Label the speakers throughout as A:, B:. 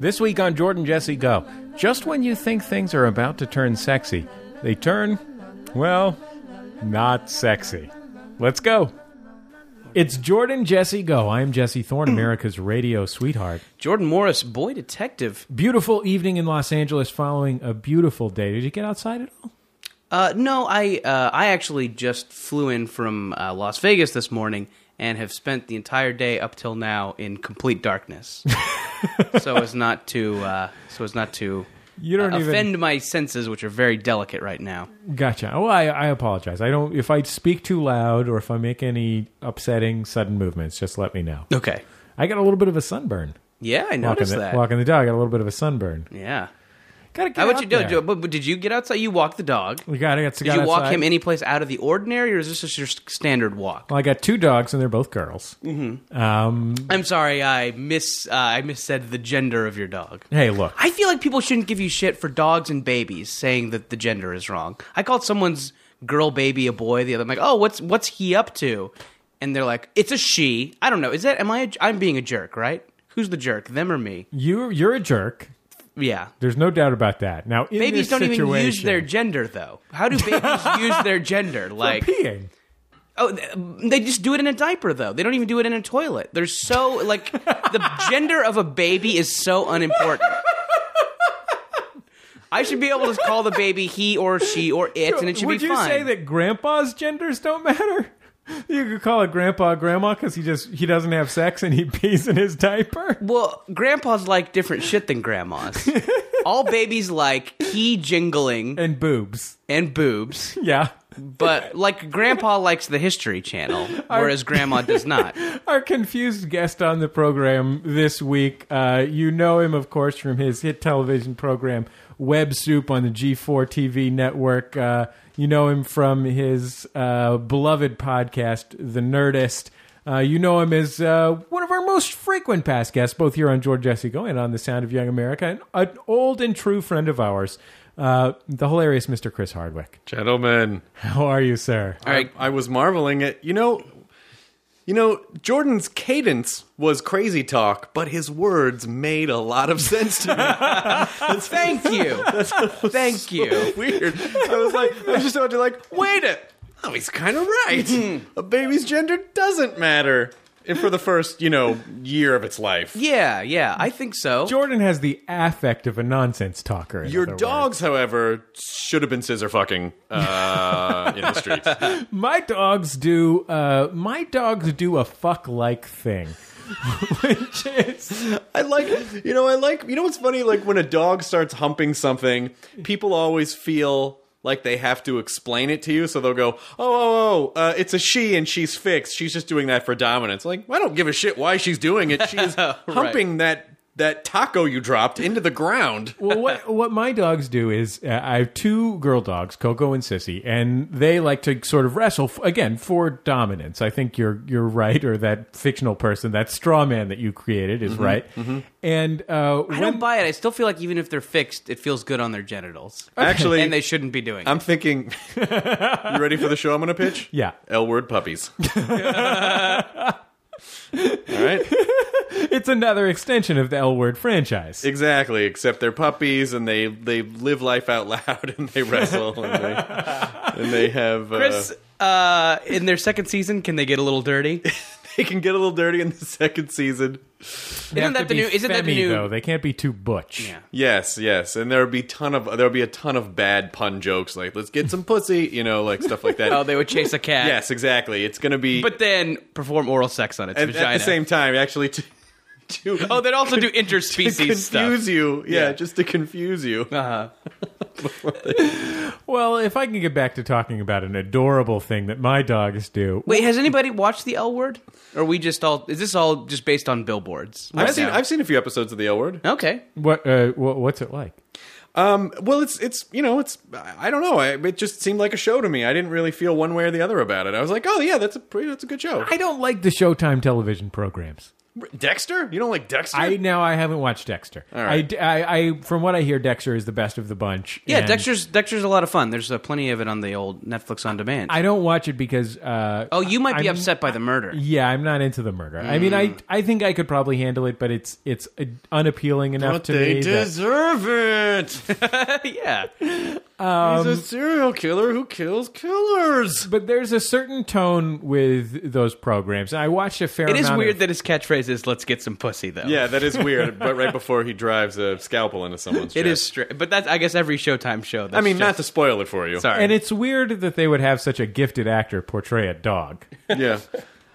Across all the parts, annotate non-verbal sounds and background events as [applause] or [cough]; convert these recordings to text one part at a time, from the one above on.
A: This week on Jordan Jesse Go, just when you think things are about to turn sexy, they turn, well, not sexy. Let's go. It's Jordan Jesse Go. I'm Jesse Thorne, America's radio sweetheart.
B: Jordan Morris, boy detective.
A: Beautiful evening in Los Angeles following a beautiful day. Did you get outside at all?
B: Uh, no, I uh, I actually just flew in from uh, Las Vegas this morning and have spent the entire day up till now in
A: [laughs]
B: complete darkness, so as not to uh, so as not to
A: You don't
B: uh,
A: even-
B: offend my senses, which are very delicate right now.
A: Gotcha. Well, I, I apologize. I don't. If I speak too loud or if I make any upsetting sudden movements, just let me know.
B: Okay.
A: I got a little bit of a sunburn.
B: Yeah, I
A: Walking
B: noticed
A: the,
B: that.
A: walking the dog, I got a little bit of a sunburn.
B: Yeah.
A: Gotta get
B: How about
A: out
B: you do?
A: there.
B: do- But but did you get outside? You walked the dog.
A: We got, I got,
B: Did you walk him anyplace out of the ordinary, or is this just your s- standard walk?
A: Well, I got two dogs, and they're both girls.
B: Mm. I'm sorry, I miss uh, I missaid the gender of your dog.
A: Hey, look,
B: I feel like people shouldn't give you shit for dogs and babies saying that the gender is wrong. I called someone's girl baby a boy the other. I'm like, oh, what's what's he up to? And they're like, it's a she. I don't know. Is that am I? A, I'm being a jerk, right? Who's the jerk? Them or me?
A: you you're a jerk.
B: Yeah.
A: There's no doubt about that. Now, in
B: Babies
A: this
B: don't
A: situation,
B: even use their gender though. How do
A: [laughs]
B: babies use their gender? Like
A: peeing.
B: Oh, th- they just do it in a diaper though. They don't even do it in a toilet. They're so like the gender of a baby is so unimportant. I should be able to call the baby he or she or it, and it should
A: Would
B: be
A: you
B: fine.
A: say that grandpa's genders don't matter? [laughs] You could call it grandpa grandma because he just he doesn't have sex and he [laughs] pees in his diaper.
B: well, grandpas like different shit than grandmas. All babies like key jingling
A: and boobs.
B: and boobs,
A: Yeah.
B: but like grandpa likes the History Channel, whereas grandma does not.
A: Our confused guest on the program this week, uh, you know him, of course, from his hit television program, Web Soup, on the G4 TV network. Uh, you know him from his uh, beloved podcast, The Nerdist. Uh, you know him as uh, one of our most frequent past guests, both here on George Jesse Go and on The Sound of Young America, and an old and true friend of ours, uh, the hilarious Mr. Chris Hardwick.
C: Gentlemen,
A: How are you, sir? [laughs]
B: All right,
C: I was marveling at you know, you know Jordan's cadence was crazy talk, but his words made a lot of sense to me.
B: thank you, thank you.
C: Weird. I was like, I was just out there like, wait a, oh, he's kind of right. a baby's gender doesn't matter. And for the first, you know, year of its life,
B: Yeah, yeah, I think so.
A: Jordan has the affect of a nonsense talker. in
C: your
A: other words.
C: dogs, however, should have been scissor fucking uh, in the streets.
A: My dogs do. Uh, my dogs do a fuck like thing, which is
C: I like, you know, I like, you know what's funny? Like when a dog starts humping something, people always feel like they have to explain it to you. So they'll go, oh, oh, oh, uh, it's a she and she's fixed. She's just doing that for dominance. Like, I don't give a shit why she's doing it. She's humping that, that taco you dropped into the ground.
A: well,
B: [laughs]
A: what what my dogs do is uh, I have two girl dogs, Coco and Sissy, and they like to sort of wrestle f- again for dominance. I think you're you're right, or that fictional person, that straw man that you created is right. And uh,
B: Mm-hmm, I don't buy it. I still feel like even if they're fixed, it feels good on their genitals.
C: Actually,
B: and they shouldn't be doing.
C: [laughs]
B: it.
C: I'm thinking, you ready for the show I'm going to pitch?
B: [laughs]
A: Yeah.
C: L word puppies. All right.
A: it's another extension of the L Word franchise.
C: Exactly, except they're puppies and they they live life out loud [laughs] and they wrestle and they, and they have uh,
B: Chris, uh, in their second season, can they get a little dirty?
C: they [laughs] can get a little dirty in the second season.
A: They
B: Isn't
A: have
B: that
A: to
B: the
A: be
B: new? Isn't that the
A: femmy,
B: new?
A: Though they can't be too butch.
B: Yeah.
C: Yes, yes, and there'll be ton of there'll be a ton of bad pun jokes like let's get some pussy, you know, like stuff like that.
B: [laughs] Oh, they would chase a cat.
C: yes, exactly. It's gonna be
B: but then perform oral sex on its
C: at,
B: vagina.
C: at the same time actually to, [laughs] to
B: oh, they'd also
C: to
B: do
C: confuse
B: interspecies stuff.
C: you, yeah,
B: Yeah.
C: just to confuse you.
B: Uh-huh.
A: Well, if I can get back to talking about an adorable thing that my dogs do.
B: Wait, has anybody watched the L Word? Or are we just all? Is this all just based on billboards?
C: I've seen
B: Now.
C: I've seen a few episodes of the L Word.
B: okay.
A: What? Uh, wha- what's it like?
C: Um, well, it's it's you know it's I I don't know. I, it just seemed like a show to me. I didn't really feel one way or the other about it. I was like, oh yeah, that's a pretty, that's a good show.
A: I don't like the Showtime television programs.
C: Dexter, you don't like Dexter?
A: I now I haven't watched Dexter. I
C: right.
A: d I I from what I hear, Dexter is the best of the bunch.
B: Yeah,
A: and
B: Dexter's Dexter's a lot of fun. There's uh, plenty of it on the old Netflix on demand.
A: I don't watch it because. Uh,
B: oh, you might be
A: I'm-
B: upset by the murder.
A: yeah, I'm not into the murder. I mean,
C: Mm.
A: I I think I could probably handle it, but it's it's uh, unappealing enough to me. that-
C: deserve it.
B: yeah.
C: He's a serial killer who kills killers.
A: but there's a certain tone with those programs. I watched a fair.
B: It is
A: amount
B: weird
A: of-
B: that his catchphrase is "Let's get some pussy," though.
C: Yeah, that is weird. but right before he drives a scalpel into someone's,
B: it
C: chest.
B: is straight. But that's I guess every Showtime show. That's
C: I mean, not
B: just,
C: to spoil it for you.
B: sorry.
A: and it's weird that they would have such a gifted actor portray a dog,
C: Yeah.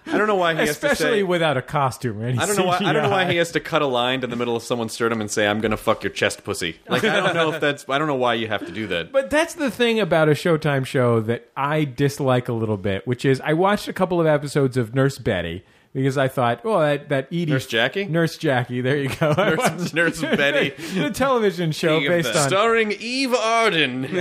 C: I don't know why he has to
A: especially
C: say.
A: without a costume. Or any
C: I don't know why. I don't know why
A: CGI.
C: he has to cut a line to the middle of someone's sternum and say, "I'm going to fuck your chest, pussy." Like I don't know if that's. I don't know why you have to do that.
A: But that's the thing about a Showtime show that I dislike a little bit, which is I watched a couple of episodes of Nurse Betty because I thought, well, that that Edie
C: Nurse Jackie?
A: Nurse Jackie, there you go, I watched [laughs]
C: Nurse Betty.
A: the television show
B: King of
A: based
B: the-
A: on.
C: starring Eve Arden in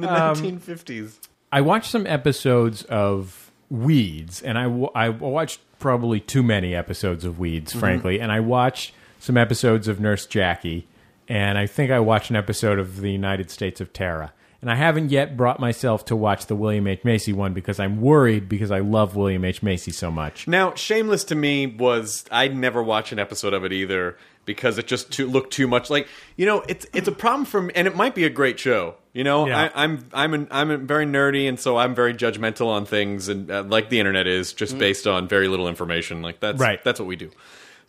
C: the 1950s.
A: I watched some episodes of Weeds, and I wa- I watched probably too many episodes of Weeds,
C: Mm-hmm.
A: frankly, and I watched some episodes of Nurse Jackie, and I think I watched an episode of The United States of Terra. And I haven't yet brought myself to watch the William H. Macy one because I'm worried because I love William H. Macy so much.
C: [laughs] Now, Shameless to me was I'd never watch an episode of it either because it just too, looked too much like you know it's it's a problem for and it might be a great show. You know,
A: Yeah.
C: I, I'm I'm an, I'm very nerdy and so I'm very judgmental on things and uh, like the internet is just based on very little information. Like that's
A: Mm. Right.
C: That's what we do.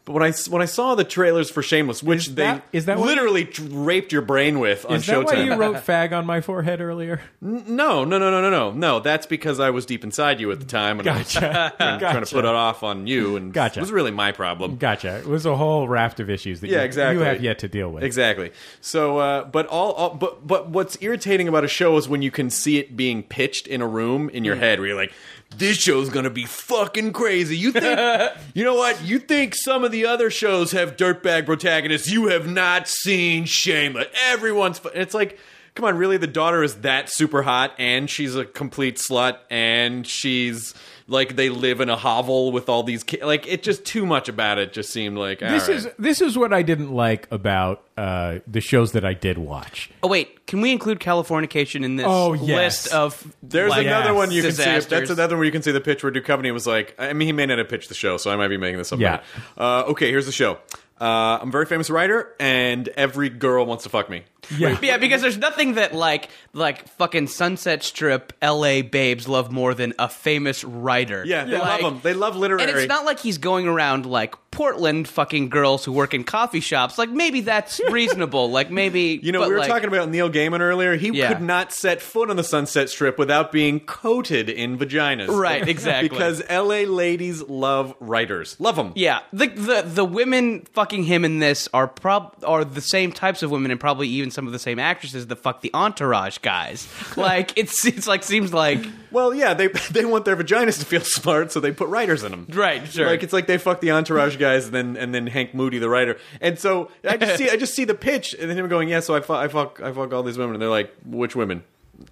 C: But when I s- when I saw the trailers for Shameless, which they
A: that- is that what-
C: literally tr- raped your brain with on
A: Is that
C: Showtime,
A: why you
C: [laughs]
A: wrote "fag" on my forehead earlier?
C: no, no, no, no, no, no, no. That's because I was deep inside you at the time, and I was [laughs] trying, trying to put it off on you, and
A: Gotcha.
C: it was really my problem.
A: Gotcha. It was a whole raft of issues that
C: Yeah,
A: you,
C: exactly.
A: you have yet to deal with.
C: Exactly. So, uh, but all, all, but but what's irritating about a show is when you can see it being pitched in a room in your
A: Hmm.
C: head, where you're like, "This show's gonna be fucking crazy."
A: [laughs]
C: You think, you know what? You think some of the other shows have dirtbag protagonists? You have not seen Shameless. Everyone's. fu- It's like. Come on, really? The daughter is that super hot, and she's a complete slut, and she's like they live in a hovel with all these kids. Like it just too much about it. Just seemed like all
A: This
C: right.
A: is this is what I didn't like about uh, the shows that I did watch.
B: oh wait, can we include Californication in this
A: Oh, yes.
B: list of?
C: There's
B: like,
C: another one you can see.
B: disasters?
C: That's another one you can see the pitch where Duchovny was like, I mean, he may not have pitched the show, so I might be making this up.
A: Yeah.
C: Uh, okay, here's the show. Uh, I'm a very famous writer, and every girl wants to fuck me.
B: [laughs] Yeah, because there's nothing that like like fucking Sunset Strip L.A. babes love more than a famous writer.
C: Yeah, they
B: Like-
C: love him. They love literary.
B: And it's not like he's going around like Portland fucking girls who work in coffee shops. Like maybe that's reasonable. like maybe
C: [laughs] you know,
B: but,
C: we were
B: like,
C: talking about Neil Gaiman earlier. He
B: Yeah.
C: could not set foot on the Sunset Strip without being coated in vaginas. [laughs]
B: Right, exactly.
C: because L.A. ladies love writers. Love them.
B: Yeah, the the the women fucking him in this are prob are the same types of women and probably even some of the same actresses that fuck the entourage guys.
C: [laughs]
B: Like it's it's like seems like
C: Well, yeah, they [laughs] they want their vaginas to feel [laughs] smart, so they put writers in them.
B: Right, sure.
C: Like it's like they fuck the entourage guys, and then and then Hank Moody, the writer. And so I just see I just see the pitch, and then him going, yeah. So I fuck I fuck I fuck all these women, and they're like, which women?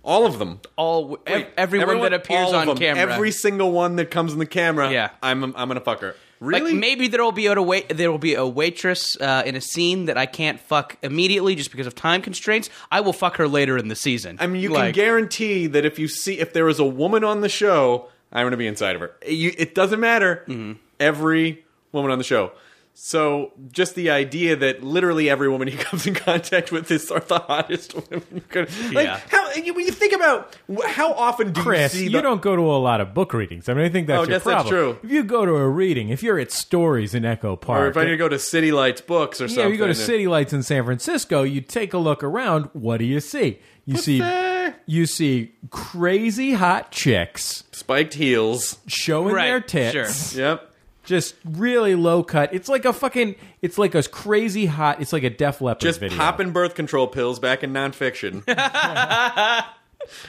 C: All of them.
B: all ev- everyone,
C: Everyone-
B: that appears
C: all of
B: on
C: them.
B: camera.
C: Every single one that comes in the camera.
B: Yeah.
C: I'm I'm gonna fuck her.
B: like
C: Really?
B: maybe there will be a wait there will be a waitress uh, in a scene that I can't fuck immediately just because of time constraints. I will fuck her later in the season.
C: I mean, you
B: Like-
C: can guarantee that if you see if there is a woman on the show, I'm going to be inside of her. You, it doesn't matter.
A: Mm-hmm.
C: Every woman on the show. So just the idea that literally every woman [laughs] he comes in contact with is are the hottest women. you could- Like
B: Yeah.
C: how you, when you think about wh- how often do
A: Chris,
C: you see
A: you,
C: the,
A: don't go to a lot of book readings. I mean, I think that's
C: Oh,
A: your
C: yes, that's
A: problem.
C: true.
A: If you go to a reading, if you're at Stories in Echo Park,
C: or if I need to go to City Lights books or
A: yeah,
C: something.
A: you go to
C: then-
A: City Lights in San Francisco, you take a look around. What do you see? You see,
C: Pussy.
A: you see crazy hot chicks
C: spiked heels.
A: [laughs] showing
B: Right,
A: their tits.
C: Yep.
A: just really low cut. It's like a fucking. It's like a crazy hot. It's like a Def Leppard
C: Just
A: video.
C: popping birth control pills back in
A: [laughs]
C: nonfiction.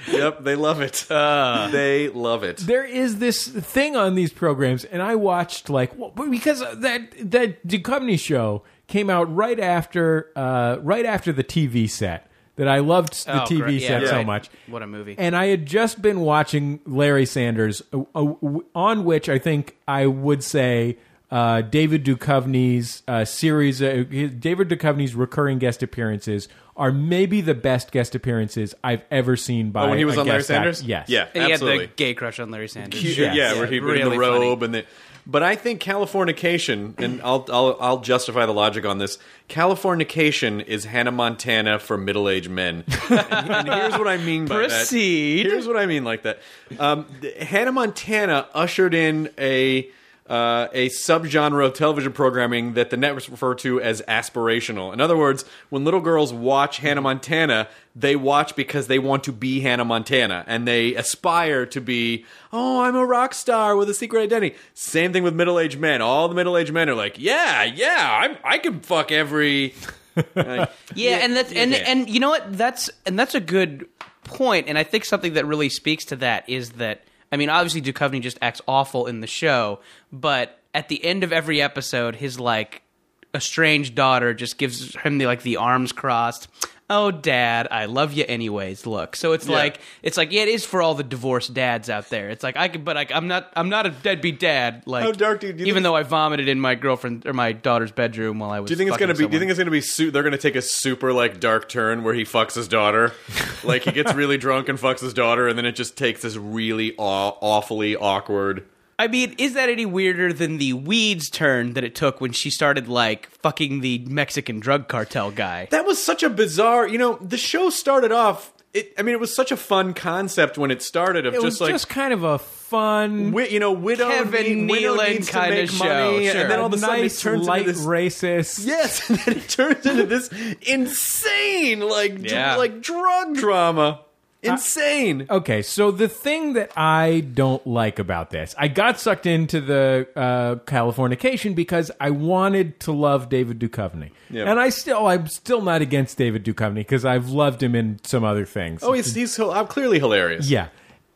C: yep, they love it.
A: Uh.
C: they love it.
A: there is this thing on these programs, and I watched like well, but because that that Duchovny show came out right after uh, right after the TV set that I loved the
B: Oh,
A: TV
B: great. Yeah,
A: set so
B: right.
A: much.
B: What a movie.
A: And I had just been watching Larry Sanders, uh, uh, w- on which I think I would say uh, David Duchovny's uh, series, uh, his, David Duchovny's recurring guest appearances are maybe the best guest appearances I've ever seen by.
C: Oh, when he was
A: a
C: on Larry
A: guest act-
C: Sanders?
A: yes.
C: Yeah,
B: And he had
C: absolutely.
B: the gay crush on Larry Sanders.
C: Cute-
A: Yes.
C: Yeah, where he would in the
B: really
C: robe
B: funny.
C: and the. But I think Californication, and I'll, I'll I'll justify the logic on this. Californication is Hannah Montana for middle aged men. and, and here's what I mean by
B: Proceed.
C: that. Here's what I mean like that. Um, th- Hannah Montana ushered in a. Uh, a subgenre of television programming that the networks refer to as aspirational. In other words, when little girls watch Hannah Montana, they watch because they want to be Hannah Montana and they aspire to be, oh, I'm a rock star with a secret identity. Same thing with middle aged men. All the middle aged men are like, yeah, yeah, I'm, I can fuck every. Like,
B: yeah, and that's and
C: yeah.
B: and you know what that's and that's a good point and i think something that really speaks to that is that i mean obviously duchovny just acts awful in the show but at the end of every episode his like estranged daughter just gives him the like the arms crossed oh dad i love you anyways look so it's
C: Yeah.
B: like it's like yeah it is for all the divorced dads out there it's like i can but I, i'm not i'm not a deadbeat dad like
C: How dark do you- do you
B: even
C: think-
B: though i vomited in my girlfriend or my daughter's bedroom while i was
C: do you think it's
B: fucking
C: gonna be? Do you
B: someone.
C: think it's gonna be? Su- they're gonna take a super like dark turn where he fucks his [laughs] daughter, like he gets really drunk and fucks his daughter, and then it just takes this really aw- awfully awkward.
B: I mean, is that any weirder than the weeds turn that it took when she started like fucking the Mexican drug cartel guy?
C: That was such a bizarre. You know, the show started off. It, I mean, it was such a fun concept when it started of
A: It was
C: just like
A: just kind of a fun.
C: wi- you know, widow,
B: Kevin
C: need, widow
B: Nealon
C: needs to
B: kinda
C: make
B: show,
C: money,
B: sure.
C: and then all of a sudden
A: nice,
C: it turns
A: light
C: into this
A: racist.
C: [laughs] Yes, and then it turns into this insane, like, dr-
B: Yeah.
C: like drug drama. Insane.
A: Okay, so the thing that I don't like about this, I got sucked into the uh, Californication because I wanted to love David Duchovny,
C: Yeah.
A: and I still, I'm still not against David Duchovny because I've loved him in some other things.
C: oh, he's he's hi- I'm clearly hilarious.
A: yeah,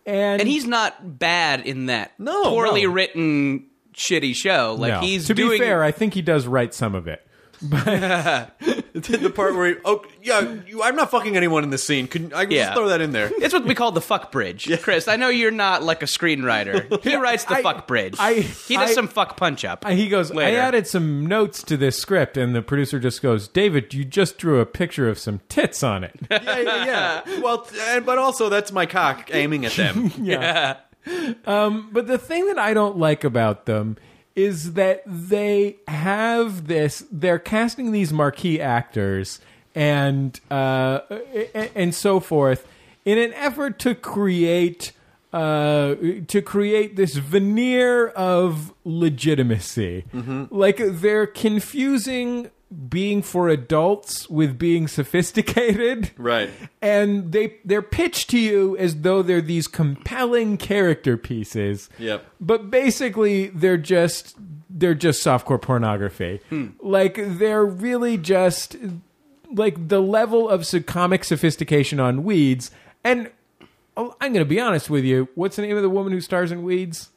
A: and,
B: And he's not bad in that
C: No,
B: poorly
C: no.
B: written shitty show. Like
A: no.
B: he's
A: to
B: doing
A: be fair, I think he does write some of it.
C: the part where he, oh yeah, you, I'm not fucking anyone in this scene. Could I
B: Yeah.
C: just throw that in
B: [laughs]
C: there?
B: it's what we call the fuck bridge. Chris, I know you're not like a screenwriter.
A: [laughs]
B: He writes the
A: I-
B: fuck bridge.
A: I-
B: he does
A: I-
B: some fuck punch up. [laughs]
A: He goes,
B: Later.
A: I added some notes to this script, and the producer just goes, David, you just drew a picture of some tits on it.
C: [laughs] yeah, yeah, yeah. Well, and, but also that's my cock aiming at them.
B: [laughs]
A: But the thing that I don't like about them is that they have this. They're casting these marquee actors and uh, and, and so forth in an effort to create uh, to create this veneer of legitimacy. Like they're confusing being for adults with being sophisticated
C: Right.
A: and they they're pitched to you as though they're these compelling character pieces.
C: Yep.
A: But basically they're just they're just softcore pornography.
C: Hmm.
A: Like they're really just like the level of so- comic sophistication on Weeds and oh, I'm going to be honest with you, what's the name of the woman who stars in Weeds?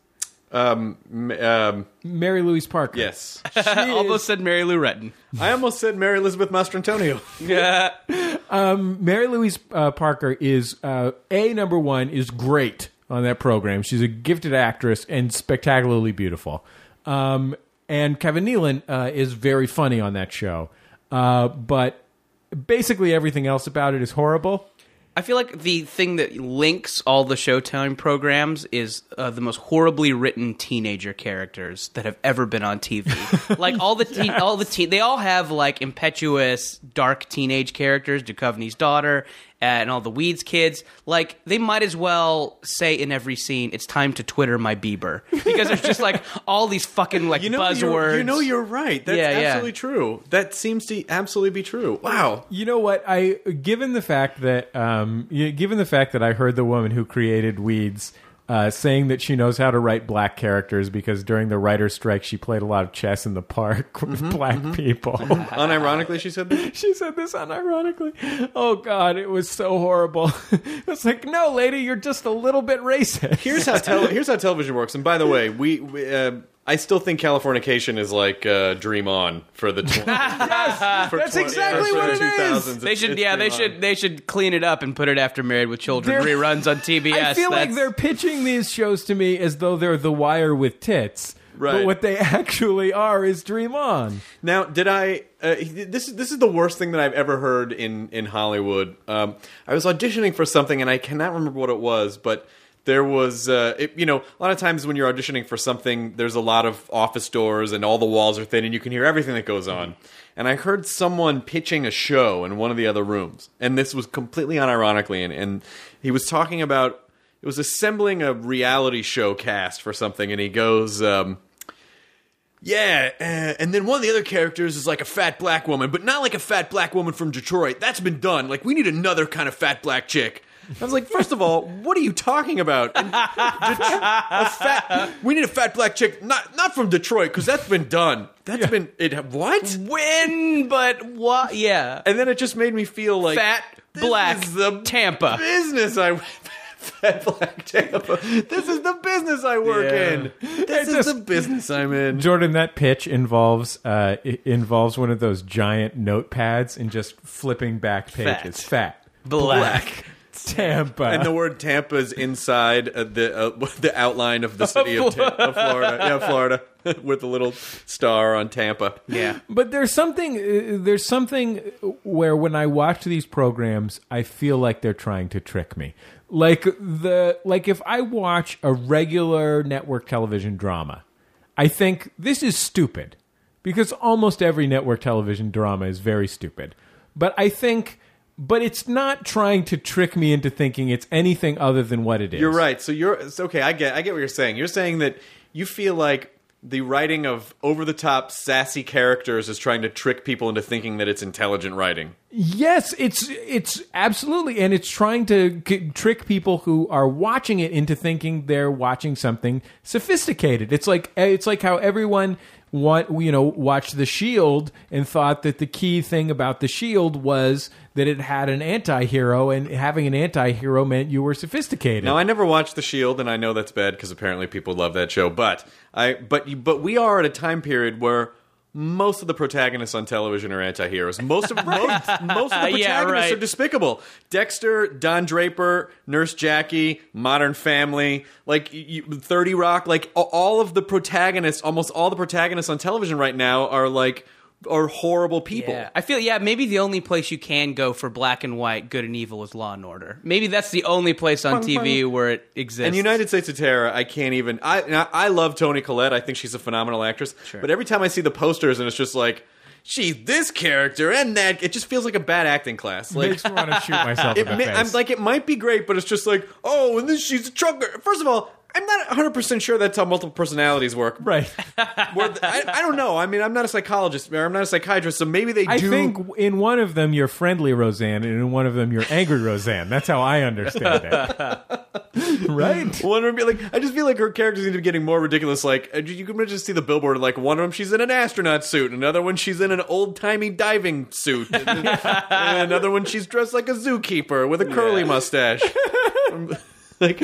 C: Um. m- Um.
A: Mary Louise Parker.
C: Yes.
B: I almost said Mary
A: [laughs]
B: Lou Retton.
C: I almost said Mary Elizabeth Mastrantonio.
B: Yeah.
A: Mary Louise uh, Parker is uh, a number one is great on that program. She's a gifted actress and spectacularly beautiful. Um, and Kevin Nealon uh, is very funny on that show, uh, but basically everything else about it is horrible.
B: I feel like the thing that links all the Showtime programs is uh, the most horribly written teenager characters that have ever been
C: [laughs]
B: on TV. like all the teen, all the teen, they all have like impetuous, dark teenage characters. Duchovny's daughter uh, and all the Weeds kids. Like they might as well say in every scene, "It's time to Twitter my Bieber," because there's just like all these fucking like
C: You know,
B: buzzwords.
C: You're, you know, you're right. That's
B: Yeah, yeah.
C: absolutely true. That seems to absolutely be true. Wow.
A: You know what? I given the fact that um, y- given the fact that I heard the woman who created Weeds uh, saying that she knows how to write black characters because during the writer's strike she played a lot of chess in the park [laughs] with black people.
C: Unironically, she said that.
A: she said this unironically. Oh God, it was so horrible. [laughs] it was like, no, lady, you're just a little bit racist.
C: Here's how tele- here's how television works. And by the way, we, we uh, I still think Californication is like uh, Dream On for the.
B: [laughs]
C: Tw- for
A: that's
C: twen-
A: exactly
C: for
A: what it
C: the
A: is.
C: 2000s. It's-
B: They should,
C: it's
B: yeah, they
C: Dream On.
B: should, they should clean it up and put it after Married with Children
A: They're-
B: reruns on TBS.
A: I feel like
B: That's-
A: they're pitching these shows to me as though they're The Wire with tits. But
C: Right.
A: what they [laughs] actually are is Dream On.
C: Now, did I? Uh, this is this is the worst thing that I've ever heard in in Hollywood. Um, I was auditioning for something, and I cannot remember what it was, but there was, uh, it, you know, a lot of times when you're auditioning for something, there's a lot of office doors, and all the walls are thin, and you can hear everything that goes on. And I heard someone pitching a show in one of the other rooms, and this was completely unironically, and, and he was talking about it was assembling a reality show cast for something, and he goes. Um, yeah, uh, and then one of the other characters is like a fat black woman, but not like a fat black woman from Detroit. That's been done. Like, we need another kind of fat black chick. I was like, first of all, what are you talking about? And Det- a fat, we need a fat black chick, not not from Detroit, because that's been done. That's been it. What?
B: when, but what? Yeah,
C: And then it just made me feel like
B: fat
C: this
B: black
C: is the
B: Tampa.
C: business I. [laughs] Fat black Tampa. This is the business I work
B: Yeah.
C: in. This
A: It
C: is
A: just-
C: the business I'm in.
A: Jordan, that pitch involves uh, i- involves one of those giant notepads and just flipping back pages. Fat,
B: Black.
A: Tampa.
C: and the word Tampa is inside uh, the uh, [laughs] the outline of the city of, Tampa, of Florida. Yeah, Florida [laughs] with a little star on Tampa.
B: Yeah.
A: [laughs] but there's something uh, there's something where when I watch these programs, I feel like they're trying to trick me. Like the like if I watch a regular network television drama, I think this is stupid because almost every network television drama is very stupid. But I think but it's not trying to trick me into thinking it's anything other than what it is.
C: You're right. So you're it's okay. I get I get what you're saying. You're saying that you feel like the writing of over the top sassy characters is trying to trick people into thinking that it's intelligent writing.
A: Yes, it's it's absolutely, and it's trying to c- trick people who are watching it into thinking they're watching something sophisticated. It's like eh, it's like how everyone want you know watched The Shield and thought that the key thing about The Shield was that it had an anti-hero and having an anti-hero meant you were sophisticated.
C: Now I never watched The Shield, and I know that's bad because apparently people love that show. But I, but you, but we are at a time period where most of the protagonists on television are anti-heroes. Most
B: [laughs]
C: of most, most of the protagonists
B: Yeah, right.
C: are despicable. Dexter, Don Draper, Nurse Jackie, Modern Family, like you, Thirty Rock, like a- all of the protagonists, almost all the protagonists on television right now are like are horrible people.
B: Yeah, I feel yeah. Maybe the only place you can go for black and white, good and evil, is Law and Order. Maybe that's the only place on TV where it exists.
C: And United States of Terror, I can't even. I and I I love Toni Collette. I think she's a phenomenal actress. But every time I see the posters, and it's just like she's this character and that. It just feels like a bad acting class.
A: [laughs]
C: Like.
A: makes me want to shoot myself
C: [laughs]
A: in
C: It
A: the
C: may,
A: face.
C: I'm like, it might be great, but it's just like, oh, and then she's a trucker. First of all, I'm not 100 percent sure that's how multiple personalities
A: [laughs]
C: work.
A: right.
C: Where th- I, I don't know. I mean, I'm not a psychologist, or I'm not a psychiatrist, so maybe they
A: I
C: do.
A: think in one of them you're friendly Roseanne, and in one of them you're angry Roseanne. That's how I understand it. right.
C: One would be like, I just feel like her characters need to be getting more ridiculous. Like uh, you can just see the billboard. Like one of them, she's in an astronaut suit. Another one, she's in an old timey diving suit. And then- and another one, she's dressed like a zookeeper with a curly mustache, [laughs] like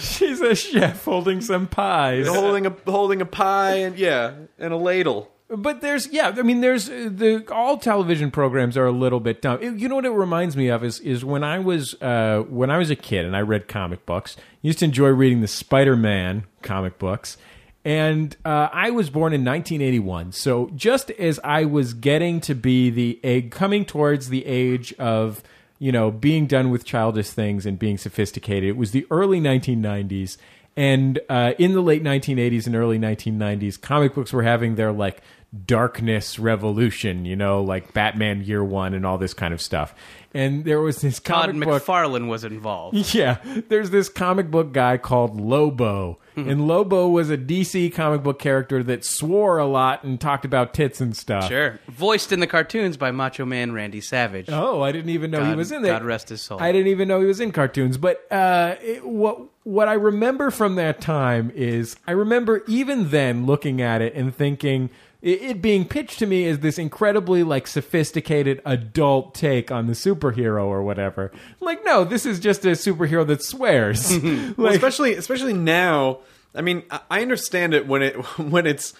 A: She's a chef holding some pies.
C: holding a holding a pie and yeah, and a ladle.
A: But there's yeah, I mean there's uh, the all television programs are a little bit dumb. It- You know what it reminds me of is is when I was uh, when I was a kid and I read comic books. I used to enjoy reading the Spider-Man comic books. And uh, I was born in 1981, so just as I was getting to be the egg, coming towards the age of you know, being done with childish things and being sophisticated. It was the early 1990s. And uh, in the late 1980s and early 1990s, comic books were having their like darkness revolution, you know, like Batman Year One and all this kind of stuff. And there was this
B: Todd
A: comic book. [laughs]
B: McFarlane was involved.
A: Yeah, there's this comic book guy called Lobo,
B: Mm-hmm.
A: and Lobo was a DC comic book character that swore a lot and talked about tits and stuff.
B: Sure. Voiced in the cartoons by Macho Man Randy Savage.
A: Oh, I didn't even know he
B: God-
A: was in there.
B: God rest his soul.
A: I didn't even know he was in cartoons. But uh, it, what what I remember from that time is I remember even then looking at it and thinking it, it being pitched to me as this incredibly like sophisticated adult take on the superhero or whatever. Like, no, this is just a superhero that
B: [laughs]
A: swears.
C: Well,
A: [laughs] like,
C: especially especially now. I mean, I- I understand it when it [laughs] when it's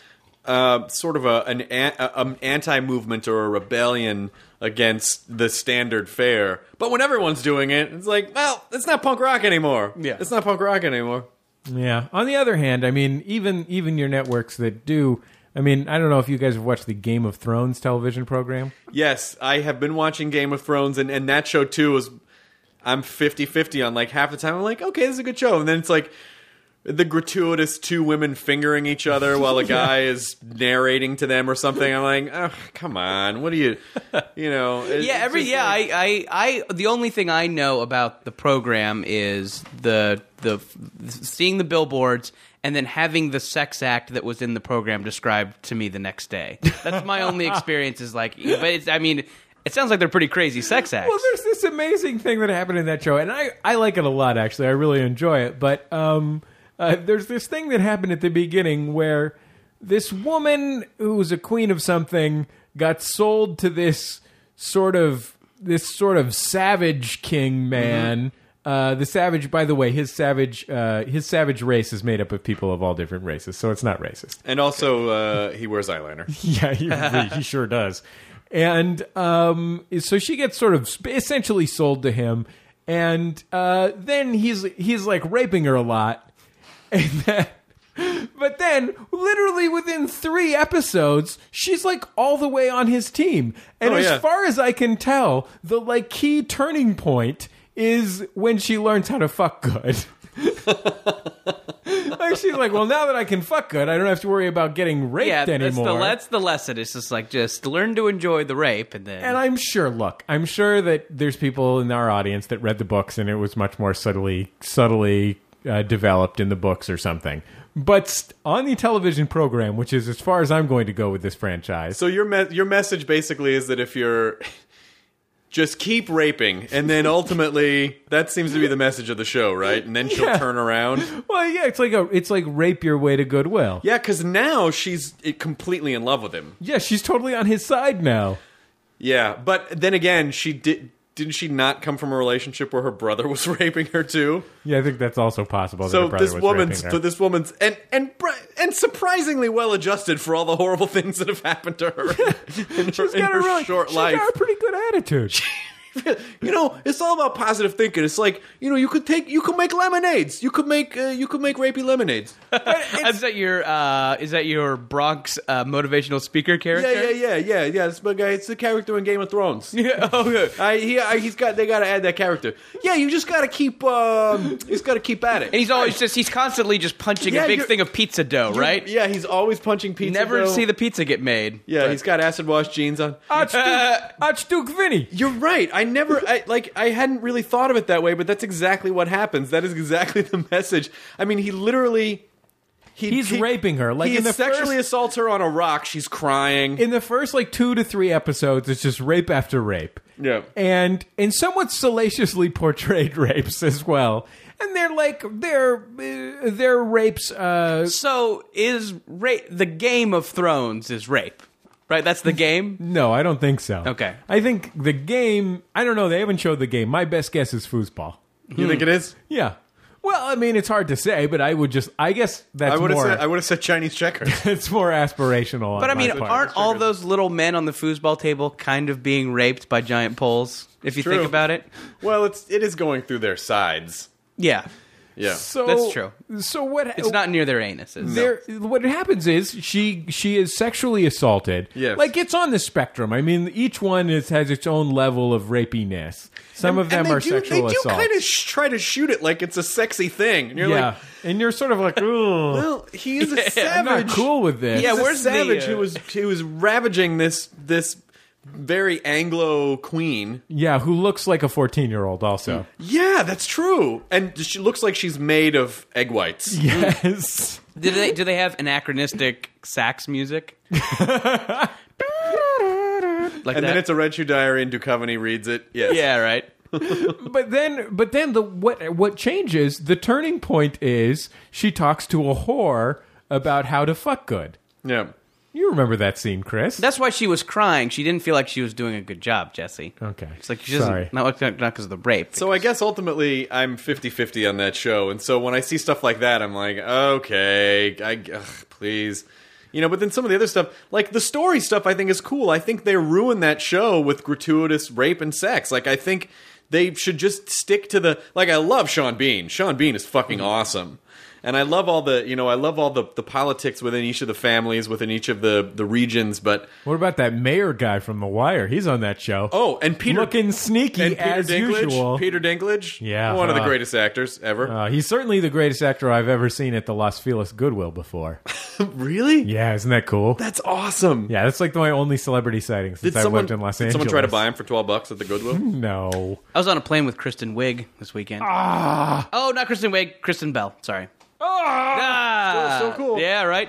C: uh, sort of a an, an, an anti movement or a rebellion against the standard fare. But when everyone's doing it, it's like, well, it's not punk rock anymore.
B: Yeah.
C: it's not punk rock anymore.
A: Yeah. On the other hand, I mean, even even your networks that do. I mean, I don't know if you guys have watched the Game of Thrones television program.
C: Yes, I have been watching Game of Thrones, and, and that show too is. I'm 50 50 on like half the time. I'm like, okay, this is a good show. And then it's like the gratuitous two women fingering each other
B: [laughs]
C: while a guy is narrating to them or something. I'm like, oh, come on. What do
B: [laughs]
C: you, you know? it-
B: yeah,
C: it's
B: every
C: just
B: yeah,
C: like-
B: I, I I the only thing I know about the program is the the seeing the billboards and then having the sex act that was in the program described to me the next day. That's
C: [laughs]
B: my only experience is like but it's I mean it sounds like they're pretty crazy sex acts.
A: Well, there's this amazing thing that happened in that show, and I, I like it a lot, actually. I really enjoy it. But um, uh, there's this thing that happened at the beginning where this woman who was a queen of something got sold to this sort of this sort of savage king man. Uh, the savage, by the way, his savage, uh, his savage race is made up of people of all different races, so it's not racist.
C: and also, uh, he wears eyeliner.
A: [laughs] Yeah, he, he sure does. And um, so she gets sort of sp- essentially sold to him, and uh, then he's he's like raping her a lot, [laughs] and then. But then, literally within three episodes, she's like all the way on his team. And
C: Oh,
A: as
C: yeah.
A: far as I can tell, the like key turning point is when she learns how to fuck good. [laughs] like she's like, well, now that I can fuck good, I don't have to worry about getting raped
B: yeah, that's
A: anymore.
B: the that's the lesson. It's just like just learn to enjoy the rape and then
A: And I'm sure, look, I'm sure that there's people in our audience that read the books and it was much more subtly, subtly uh, developed in the books or something. But st- on the television program, which is as far as I'm going to go with this franchise,
C: So your me- your message basically is that if you're just keep raping, and then ultimately that seems to be the message of the show, right? And then she'll
A: Yeah.
C: turn around.
A: well, yeah, it's like a, it's like rape your way to goodwill.
C: Yeah, because now she's eh, completely in love with him.
A: Yeah, she's totally on his side now.
C: Yeah, but then again, she did. Didn't she not come from a relationship where her brother was [laughs] raping her too?
A: Yeah, I think that's also possible. that her
C: So
A: brother
C: this
A: was
C: woman's,
A: raping her.
C: this woman's, and and br- and surprisingly well adjusted for all the horrible [laughs] things that have happened to her [laughs] in her,
A: [laughs] she's
C: in
A: got
C: her
A: a really,
C: short
A: she's
C: life.
A: got a pretty good attitude.
C: [laughs] you know, it's all about positive thinking. It's like you know, you could take, you could make lemonades. You could make, uh, you could make rapey
A: [laughs]
C: lemonades.
B: is that your uh, is that your Bronx uh, motivational speaker character?
C: Yeah, yeah, yeah, yeah, yeah. This guy, it's the character in Game of Thrones.
B: [laughs] yeah. Oh, yeah.
C: I, he, I, he's got. They got to add that character. Yeah, you just got to keep. Um, he's got to keep at it.
B: And he's always just he's constantly just punching
C: Yeah,
B: a big
C: you're-
B: thing of pizza dough, right?
C: Yeah, he's always punching pizza.
B: Never
C: dough.
B: see the Ah, pizza get made.
C: Yeah,
B: But-
C: he's got acid wash jeans on.
B: [laughs]
A: Archduke, Archduke Vinny.
C: You're right. I never. I like. I hadn't really thought of it that way, but that's exactly what happens. That is exactly [laughs] the message. I mean, he literally. He,
A: He's
C: he-
A: raping her, like
C: he
A: in the
C: sexually
A: first-
C: assaults her on a rock. She's crying.
A: in the first like two to three episodes, it's just rape after rape.
C: Yeah.
A: And and somewhat salaciously portrayed [laughs] rapes as well. And they're like they're uh, they're rapes. Uh,
B: so is rape. The Game of Thrones is rape, right? That's
A: [laughs]
B: the game.
A: no, I don't think so.
B: Okay.
A: I think the game. I don't know. They haven't showed the game. My best guess is foosball.
C: you think it is?
A: Yeah. Well, I mean, it's hard to say, but I would just. I guess
C: I
A: that's
C: would have
A: more. [laughs]
C: said. I would have said Chinese checkers.
A: it's more aspirational.
B: But I
A: on my
B: mean,
A: part.
B: aren't all those little men on the foosball table kind of being raped by giant poles? If you
C: True.
B: think about it,
C: well, it's it is going through their sides.
B: yeah.
C: Yeah.
A: So
B: That's true.
A: So what?
C: Oh.
B: It's not near their anuses.
A: there what happens is she she is sexually assaulted
C: Yes.
A: like it's on the spectrum i mean each one is has its own level of rapiness some of them
C: And they
A: are
C: do,
A: sexual
C: They do
A: assault
C: kind of sh- try to shoot it like it's a sexy thing, and you're
A: yeah
C: like,
A: and you're sort of
C: [laughs]
A: like Ooh,
C: well, he is a
A: i'm
C: savage.
A: not cool with this
C: yeah,
B: He's a
C: where's uh, savage
B: savage
C: who
B: who
C: was who was ravaging this this very Anglo queen?
A: yeah who looks like a 14 year old
C: [laughs]
A: also
C: Yeah, that's true. And she looks like she's made of egg whites.
A: yes
B: Do they do they have anachronistic
C: [laughs]
B: sax music? like
C: and then it's a Red Shoe Diary, and Duchovny reads it. Yes.
B: yeah, right.
A: [laughs] but then but then the what what changes the turning point is she talks to a whore about how to fuck good
C: Yeah.
A: you remember that scene chris
B: That's why she was crying. She didn't feel like she was doing a good job, Jesse.
A: okay
B: It's like she doesn't
A: Sorry.
B: not not because of the rape.
C: So I guess ultimately I'm 50-50 on that show, and so when I see stuff like that, I'm like, okay, I, ugh, please, you know. But then some of the other stuff, like the story stuff, I think is cool. I think they ruin that show with gratuitous rape and sex. Like I think they should just stick to the. Like I love Sean Bean. Sean Bean is fucking
A: Mm-hmm.
C: awesome. And I love all the, you know, I love all the, the politics within each of the families, within each of the, the regions. But
A: What about that mayor guy from The Wire? He's on that show.
C: oh, and Peter
A: looking sneaky
C: and Peter
A: as
C: Dinklage,
A: usual.
C: Peter Dinklage,
A: Yeah,
C: one of the
A: uh,
C: greatest actors ever.
A: Uh, he's certainly the greatest actor I've ever seen at the Los Feliz Goodwill before.
C: [laughs] Really?
A: Yeah, isn't that cool?
C: That's awesome.
A: Yeah, that's like my only celebrity sighting since
C: Did
A: I
C: someone,
A: lived in Los
C: did
A: Angeles. Mm-hmm.
C: someone try to buy him for 12 bucks at the Goodwill?
A: No.
B: I was on a plane with Kristen Wiig this weekend.
C: Ah.
B: Oh, not Kristen Wiig, Kristen Bell. Sorry. Ah,
C: Still- still cool.
B: Yeah, right.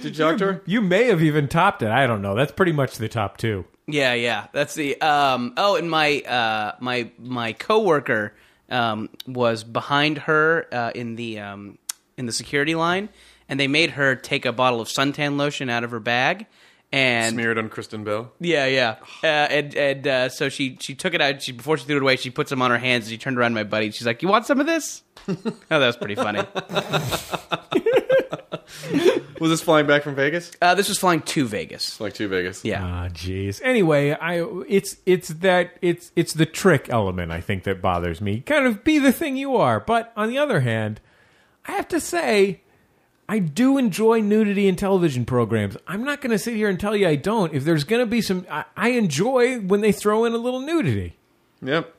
C: Did you talk to her?
A: You may have even topped it. I don't know. That's pretty much the top two.
B: Yeah, yeah. That's the um oh and my uh my my coworker um was behind her uh in the um in the security line and they made her take a bottle of suntan lotion out of her bag and
C: Smeared on Kristen Bell.
B: yeah, yeah. Uh, and and uh, so she she took it out. She before she threw it away, she put some on her hands. And she turned around to my buddy. and She's like, "You want some of this?" [laughs] oh, that was pretty funny.
C: [laughs] Was this flying back from Vegas?
B: Uh, this was flying to Vegas.
C: Like to Vegas.
B: Yeah.
A: Ah, jeez. Anyway, I it's it's that it's it's the trick element I think that bothers me. Kind of be the thing you are, but on the other hand, I have to say I do enjoy nudity in television programs. I'm not going to sit here and tell you I don't. If there's going to be some, I, I enjoy when they throw in a little nudity.
C: Yep.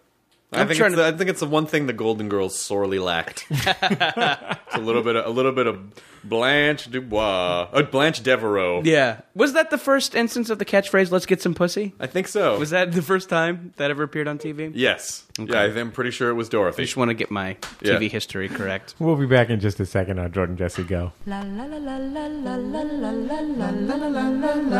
C: I
B: I'm
C: think,
B: trying
C: it's,
B: to-
C: I think it's the one thing the Golden Girls sorely [laughs] lacked. it's a little bit, of, a little bit of Blanche Dubois, uh, Blanche Devereaux.
B: Yeah. Was that the first instance of the catchphrase "Let's get some pussy"?
C: I think so.
B: Was that the first time that ever appeared on TV?
C: Yes. Yeah, I- I'm pretty sure it was Dorothy.
B: I just want to get my
C: Yeah.
B: TV history correct.
A: We'll be back in just a second on Jordan Jesse Go.
D: La la la la la la la la la la.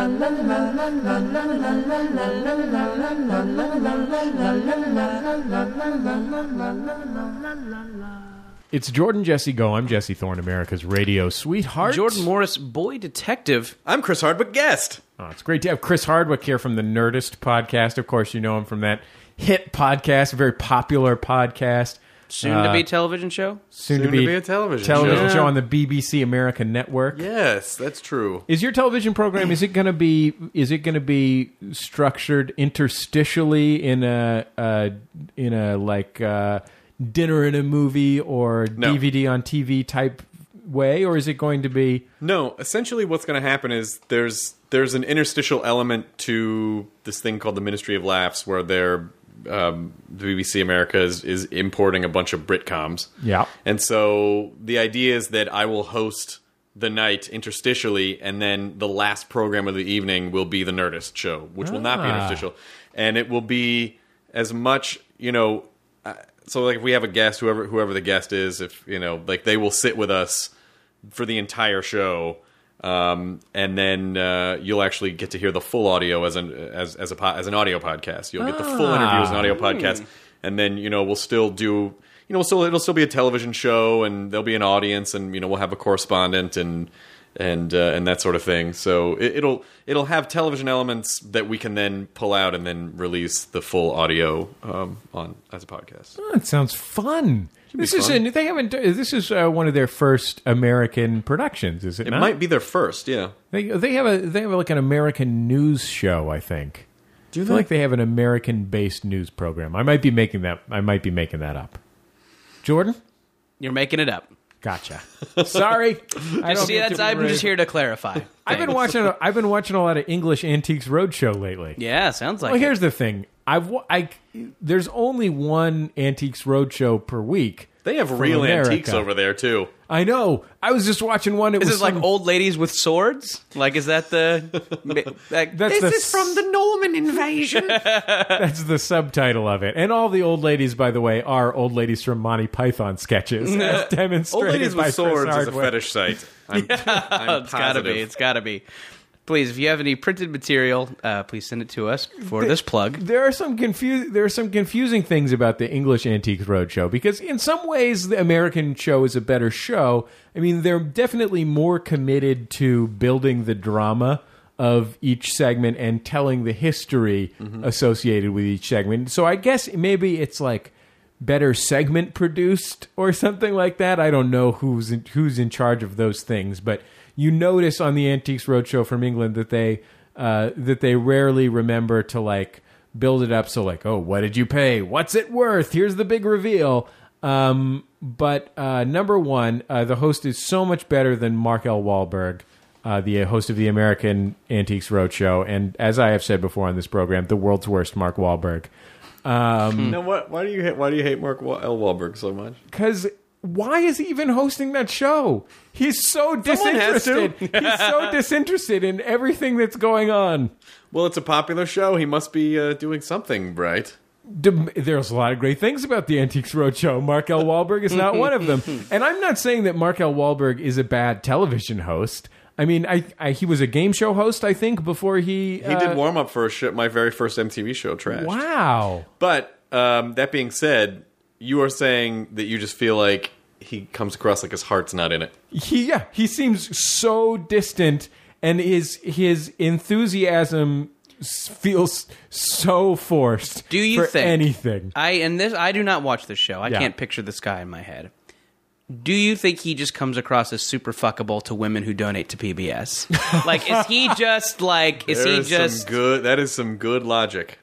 A: It's Jordan Jesse Go. I'm Jesse Thorne, America's radio sweetheart.
B: Jordan Morris, boy detective.
C: I'm Chris Hardwick Guest.
A: Oh, it's great to have Chris Hardwick here from the Nerdist podcast. Of course, you know him from that hit podcast, a very popular podcast.
B: Soon
A: Uh,
B: to be television show.
A: soon,
C: Soon to be a television show.
A: on the BBC America network.
C: Yes, that's true.
A: Is your television program is it going to be is it going to be structured interstitially in a uh, in a like uh, dinner in a movie or
C: No.
A: DVD on TV type way, or is it going to be
C: No, essentially what's going to happen is there's there's an interstitial element to this thing called the Ministry of Laughs where they're um, the BBC America is, is importing a bunch of Britcoms.
A: Yeah.
C: And so the idea is that I will host the night interstitially and then the last program of the evening will be the Nerdist show, which will not be
A: Ah.
C: interstitial. And it will be as much, you know, uh, so like if we have a guest whoever whoever the guest is, if you know, like they will sit with us for the entire show, um, and then uh, you'll actually get to hear the full audio as an as as a po- as an audio podcast. You'll get the
A: Ah.
C: full interview as an audio podcast,
A: Hmm.
C: and then you know we'll still do you know we'll still it'll still be a television show, and there'll be an audience, and you know we'll have a correspondent and. And uh, and that sort of thing. So it, it'll it'll have television elements that we can then pull out and then release the full audio um, on as a podcast.
A: Oh, That sounds fun. This is
C: fun.
A: a, they haven't. This is uh, one of their first American productions, is it?
C: It
A: not?
C: might be their first, yeah.
A: They, they have a they have like an American news show. I think. Do I
C: they?
A: feel like they have an American based news program? I might be making that. I might be making that up. Jordan,
B: You're making it up.
C: [laughs]
A: Gotcha. Sorry. I don't
B: See,
A: get to
B: that's
A: be
B: I'm
A: brave.
B: just here to clarify.
A: [laughs] I've been
B: Thanks.
A: watching. A, I've been watching a lot of English Antiques Roadshow lately.
B: Yeah, sounds like
A: Well,
B: it.
A: here's the thing. I've wa- I there's only one Antiques Roadshow per week.
C: They have
A: from
C: real
A: America.
C: antiques over there too.
A: I know. I was just watching one. It
B: Is
A: was
B: this like
A: some-
B: old ladies with swords? Like, is
A: [laughs]
B: that the? ma- like,
A: That's the,
C: the Norman invasion.
A: that's the subtitle of it. And all the old ladies, by the way, are old ladies from Monty Python
C: [laughs]
A: sketches, as demonstrated
C: Old ladies
A: by
C: with swords
A: Chris
C: is a
A: Hardwick.
C: fetish
A: [laughs]
C: site. I'm, I'm
B: it's gotta be.
C: positive.
B: It's gotta be. Please, if you have any printed material, uh, please send it to us for this plug.
A: there are some confuse there are some confusing things about the English Antiques Roadshow because in some ways the American show is a better show. I mean, they're definitely more committed to building the drama of each segment and telling the history
C: Mm-hmm.
A: associated with each segment. So I guess maybe it's like better segment produced or [laughs] something like that. I don't know who's in, who's in charge of those things, but you notice on the Antiques Roadshow from England that they uh, that they rarely remember to like build it up. So like, oh, what did you pay? What's it worth? Here's the big reveal. Um, but uh, number one, uh, the host is so much better than Mark L. Wahlberg. Uh, the host of the American Antiques Roadshow, and as I have said before on this program, the world's worst Mark Wahlberg.
C: Now, what, why do you hate, why do you hate Mark Wa- L. Wahlberg so much?
A: because why is he even hosting that show? He's so
C: has to.
A: disinterested. He's
C: [laughs]
A: so disinterested in everything that's going on.
C: Well, it's a popular show. He must be uh, doing something right.
A: Dem- There's a lot of great things about the Antiques Roadshow. Mark L. Wahlberg is not one of
C: [laughs]
A: them. And I'm not saying that Mark L. Wahlberg is a bad television host. I mean, I, I he was a game show host, I think, before he uh,
C: He
B: Uh,
C: did warm up for a sh- my very first MTV show, Trash.
A: Wow.
C: But um, that being said, you are saying that you just feel like he comes across like his heart's not in it.
A: he yeah he seems so distant and his his enthusiasm s- feels so forced
B: Do you
A: for
B: think
A: anything
B: I and this I do not watch this show. I
A: Yeah.
B: can't picture this guy in my head. Do you think he just comes across as super fuckable to women who donate to [laughs] PBS? like, is he just like? Is
C: There
B: he
C: is
B: just? Uh,
C: some good. That is some good logic.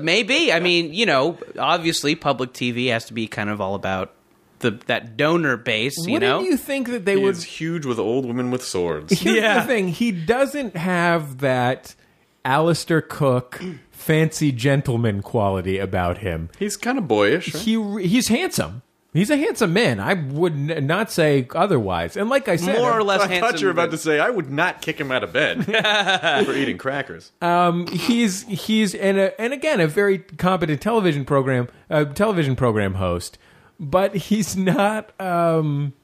B: Maybe. I mean, you know, obviously, public TV has to be kind of all about the that donor base. You
A: wouldn't
B: know,
A: you think that they
C: He
A: would
C: is huge with old women with
B: [laughs]
A: [laughs]
C: swords.
A: here's
B: Yeah.
A: the thing he doesn't have that Alistair Cook fancy gentleman quality about him
C: He's kind of boyish. Right?
A: he re- he's handsome he's a handsome man I would n- not say otherwise and like I said
B: more or
A: I'm-
B: less.
C: I
B: handsome
C: thought you were
B: than-
C: about to say I would not kick him out of
B: [laughs]
C: bed for eating crackers.
A: he's he's and a, and again a very competent television program uh, television program host, but he's not. Um,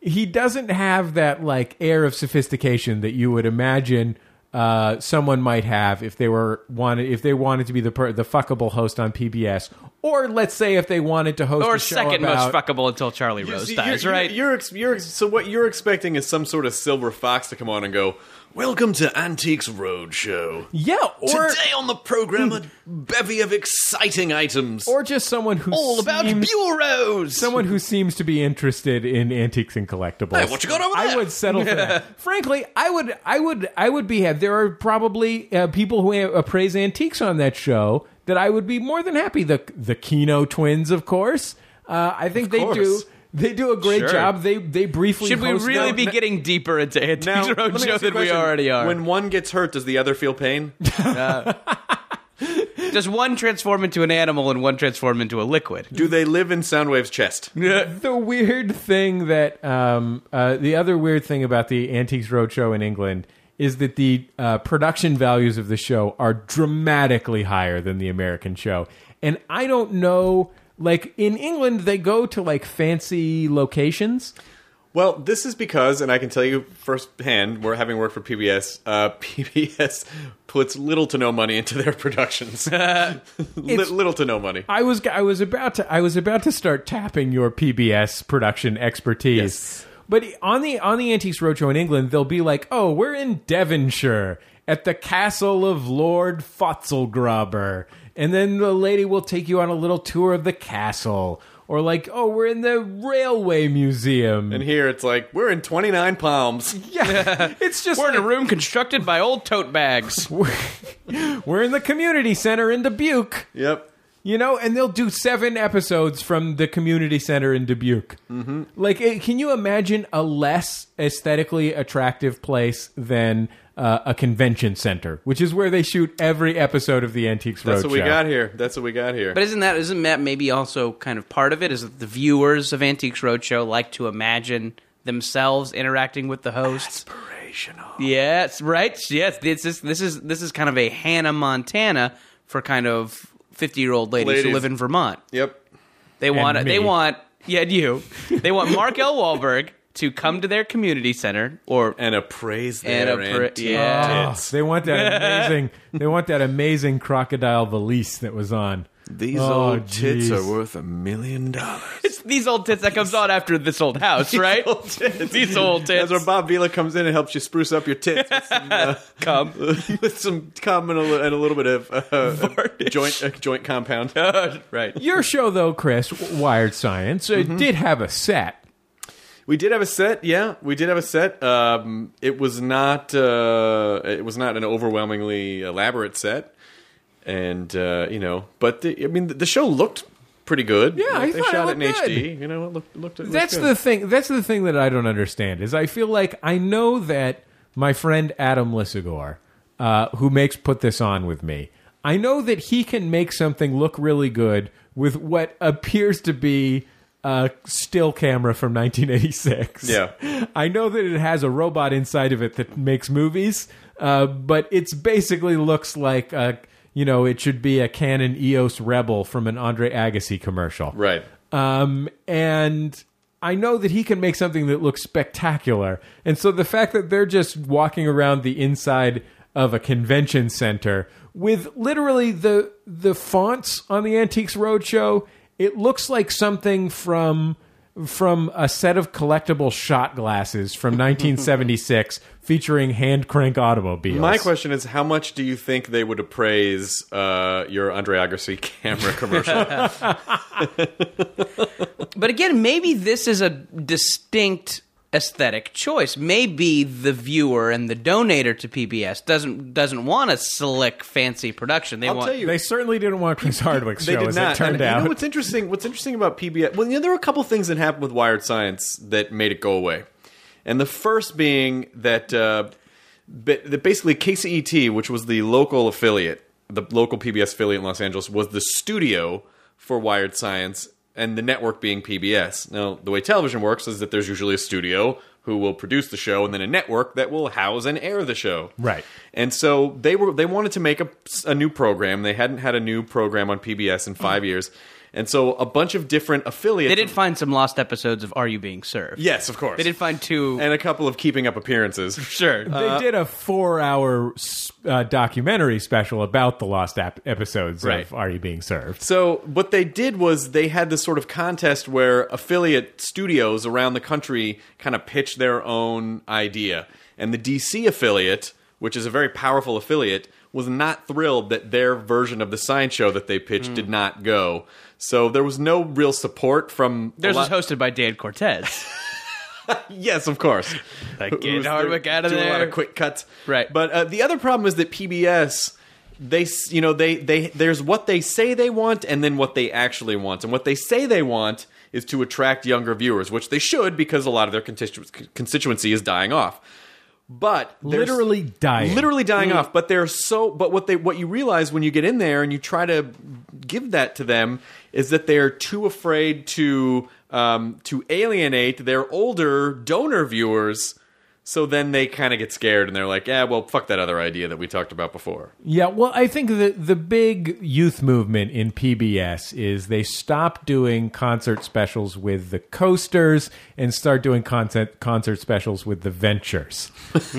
A: he doesn't have that like air of sophistication that you would imagine uh, someone might have if they were wanted if they wanted to be the per, the fuckable host on PBS, or let's say if they wanted to host
B: or
A: a show
B: second
A: about,
B: most fuckable until Charlie Rose
C: See,
B: dies,
C: you're,
B: right?
C: You're, ex- you're ex- so what you're expecting is some sort of silver fox to come on and go, "Welcome to Antiques Roadshow."
A: yeah, or
C: Today on the program, a bevy of exciting items.
A: or just someone who
B: all about
A: seems-
B: bureaus.
A: someone who seems to be interested in antiques and collectibles.
C: Hey, what you got over
A: I
C: there?
A: would settle for
C: [laughs]
A: that. Frankly, I would, I would, I would be. There are probably uh, people who appraise antiques on that show that I would be more than happy. The the Kino twins, of course. Uh, I think they do.
C: course.
A: They do a great
C: Sure.
A: job. They they briefly
B: Should we
A: host
B: really
A: them.
B: be getting deeper into Antiques
C: let me
B: Roadshow
C: ask you a
B: than we
C: question.
B: already are?
C: When one gets hurt, does the other feel pain?
B: Does one transform into an animal and one transform into a liquid?
C: Do they live in Soundwave's [laughs] chest?
A: the weird thing that um, uh, the other weird thing about the Antiques Roadshow in England is that the uh, production values of the show are dramatically higher than the American show, and I don't know. Like in England, they go to like fancy locations.
C: Well, this is because, and I can tell you firsthand, we're having worked for PBS. Uh, [laughs] PBS puts little to no money into their [laughs] productions. Li- little to no money.
A: I was I was about to I was about to start tapping your PBS production expertise.
C: Yes.
A: But on the on the Antiques Roadshow in England, they'll be like, "Oh, we're in Devonshire at the castle of Lord Fotzelgrubber," and then the lady will take you on a little tour of the castle, or like, "Oh, we're in the railway museum."
C: And here it's like we're in 29 Palms.
A: yeah, it's just
B: We're in a
A: like-
B: room constructed by old tote
A: [laughs]
B: bags.
A: we're in the community center in Dubuque.
C: Yep.
A: You know, and they'll do seven episodes from the community center in Dubuque. Mm-hmm. Like, eh, can you imagine a less aesthetically attractive place than uh, a convention center, which is where they shoot every episode of the Antiques Roadshow?
C: That's what we got here. That's what we got here.
B: But isn't that isn't that maybe also kind of part of it? Is that the viewers of Antiques Roadshow like to imagine themselves interacting with the hosts?
C: Inspirational.
B: Yes, right. Yes, this is this is this is kind of a Hannah Montana for kind of fifty year old ladies, who
C: Ladies.
B: live in Vermont.
C: Yep.
B: They want
A: me.
B: they want yeah
C: [laughs]
B: you. They want Mark L. Wahlberg to come to their community center or
C: And appraise
B: And
C: their
B: appra-
C: antique
B: yeah.
C: tits.
A: Ah, They want
C: [laughs]
A: that amazing. they want that amazing crocodile valise that was on.
C: These
A: Oh,
C: old tits
A: jeez.
C: are worth a million dollars.
B: it's these old tits
C: [laughs]
B: that comes on after this old house, right? [laughs] These old
C: That's
B: tits.
C: where Bob Vila comes in and helps you spruce up your tits with some, uh,
B: come. [laughs]
C: with some cum and a, li- and a little bit of uh, joint uh, joint compound.
B: [laughs] right.
A: Your show, though, Chris, Wired Science, uh,
C: Mm-hmm.
A: did have a set.
C: We did have a set, yeah. We did have a set. Um, it was not uh, it was not an overwhelmingly elaborate set, and uh, you know, but the, I mean, the, the show looked pretty good.
A: Yeah, I
C: they
A: thought it
C: shot it, in
A: looked good.
C: HD. You know, it looked looked. It
A: That's the thing. That's the thing that I don't understand is I feel like I know that my friend Adam Lissigore, uh, who makes put this on with me, I know that he can make something look really good with what appears to be a still camera from 1986.
C: Yeah.
A: [laughs] I know that it has a robot inside of it that makes movies, uh, but it's basically looks like a. You know, it should be a Canon EOS Rebel from an Andre Agassi commercial.
C: right.
A: Um, and I know that he can make something that looks spectacular. And so the fact that they're just walking around the inside of a convention center with literally the the fonts on the Antiques Roadshow, it looks like something from from a set of collectible shot glasses from
C: [laughs]
A: 1976 featuring hand crank automobiles.
C: My question is, how much do you think they would appraise uh, your Andre Agassi [laughs] camera commercial?
B: But again, maybe this is a distinct aesthetic choice. Maybe the viewer and the donator to PBS doesn't doesn't want a slick, fancy production. They
C: I'll
B: want
C: tell you,
A: They certainly didn't want Chris Hardwick's
C: [laughs] they
A: show,
C: did
A: as
C: not.
A: it turned
C: and
A: out.
C: You know what's interesting? What's interesting about PBS? Well, you know, there were a couple things that happened with Wired Science that made it go away, and the first being that uh, ba- that basically KCET, which was the local affiliate, the local PBS affiliate in Los Angeles, was the studio for Wired Science, and the network being PBS. Now, the way television works is that there's usually a studio who will produce the show, and then a network that will house and air the show.
A: Right.
C: And so they were they wanted to make a, a new program. They hadn't had a new program on PBS in five years, and so a bunch of different affiliates.
B: They did find some lost episodes of Are You Being Served?
C: yes, of course.
B: They did find two.
C: and a couple of keeping up appearances.
B: sure.
A: They did a four-hour s- uh, documentary special about the lost ap- episodes
C: Right.
A: of Are You Being Served?
C: So what they did was they had this sort of contest where affiliate studios around the country kind of pitched their own idea, and the DC affiliate, which is a very powerful affiliate, was not thrilled that their version of the science show that they pitched did not go. So there was no real support from a
B: Theirs
C: lot-
B: was hosted by Dan
C: [laughs]
B: Cortez.
C: Yes, of course.
B: [laughs] Like,
C: Who-
B: get
C: who's
B: Hardwick
C: there
B: outta
C: doing A lot
B: there.
C: of quick cuts,
B: Right.
C: But uh, the other problem is that PBS, they s- you know they they there's what they say they want and then what they actually want, and what they say they want is to attract younger viewers, which they should because a lot of their constitu- constituency is dying off. But there's-
A: Literally dying. Mm.
C: literally dying off. But they're so. But what they what you realize when you get in there and you try to give that to them is that they're too afraid to um, to alienate their older donor viewers. So then they kind of get scared and they're like, "Yeah, well, fuck that other idea that we talked about before."
A: Yeah, well, I think the the big youth movement in PBS is they stop doing concert specials with the Coasters and start doing concert concert specials with the Ventures.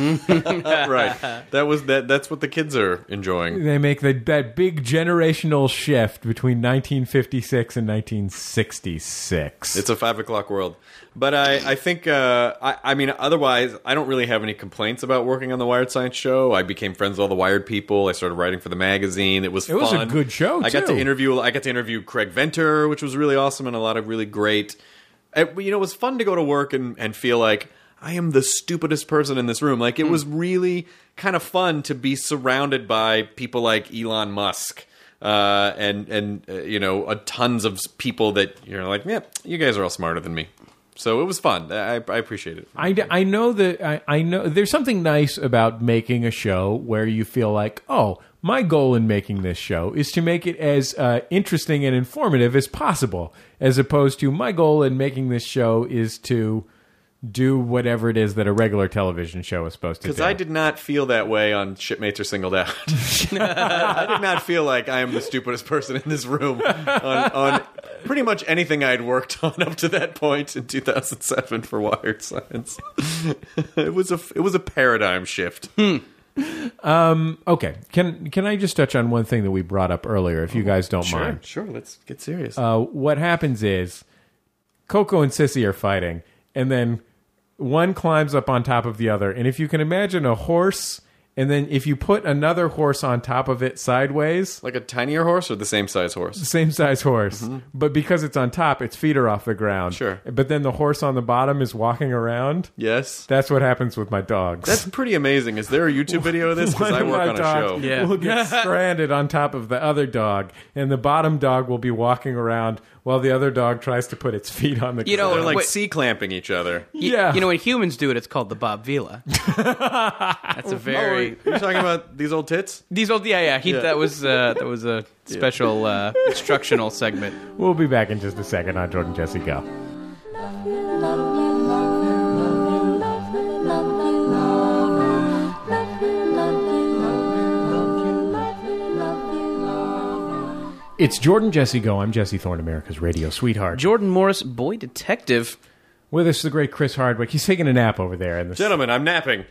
C: right. That was that. That's what the kids are enjoying.
A: They make the, that big generational shift between 1956 and 1966.
C: It's a five o'clock world. But I, I think, uh, I, I mean, otherwise, I don't really have any complaints about working on the Wired Science Show. I became friends with all the Wired people. I started writing for the magazine. It was
A: It was a
C: fun.
A: good show,
C: I got
A: too.
C: to interview. I got to interview Craig Venter, which was really awesome, and a lot of really great. It, you know, it was fun to go to work and, and feel like I am the stupidest person in this room. Like it was really kind of fun to be surrounded by people like Elon Musk uh, and and uh, you know uh, tons of people that you're like, yeah, you guys are all smarter than me. So it was fun. I, I appreciate it.
A: I, I know that I, I know there's something nice about making a show where you feel like oh my goal in making this show is to make it as uh, interesting and informative as possible as opposed to my goal in making this show is to do whatever it is that a regular television show is supposed to do.
C: Because I did not feel that way on Shipmates Are Singled Out. [laughs] I did not feel like I am the stupidest person in this room on, on pretty much anything I had worked on up to that point in 2007 for Wired Science. [laughs] it was a it was a paradigm shift.
A: Okay, can can I just touch on one thing that we brought up earlier, if you guys don't mind?
C: Oh, sure. Let's get serious.
A: uh, what happens is Coco and Sissy are fighting, and then one climbs up on top of the other. And if you can imagine a horse, and then if you put another horse on top of it sideways, [laughs]
C: like a tinier horse or the same size horse?
A: same size horse, but because it's on top, its feet are off the ground.
C: Mm-hmm. Sure.
A: But then the horse on the bottom is walking around.
C: Yes.
A: That's what happens with my dogs. [laughs]
C: That's pretty amazing. Is there a YouTube video of this? Because
A: One
C: I
A: of
C: work
A: my
C: on a
A: dogs
C: show.
B: Yeah.
A: Will
B: [laughs]
A: get stranded on top of the other dog, and the bottom dog will be walking around while the other dog tries to put its feet on the
B: You know,
A: ground.
C: They're like
B: Wait.
C: C clamping each other.
B: Y-
A: Yeah.
B: You know, when humans do it, it's called the
C: [laughs]
B: Bob Vila. That's a very
C: You're talking about these old tits?
B: these old yeah yeah. He,
C: Yeah.
B: That was uh, that was
C: [laughs]
B: a special uh, instructional segment.
A: We'll be back in just a second on Jordan Jesse Go. It's Jordan Jesse Go. I'm Jesse Thorne, America's radio sweetheart.
B: Jordan Morris, boy detective.
A: With us, the great Chris Hardwick. He's taking a nap over there. In the
C: Gentlemen, I'm napping.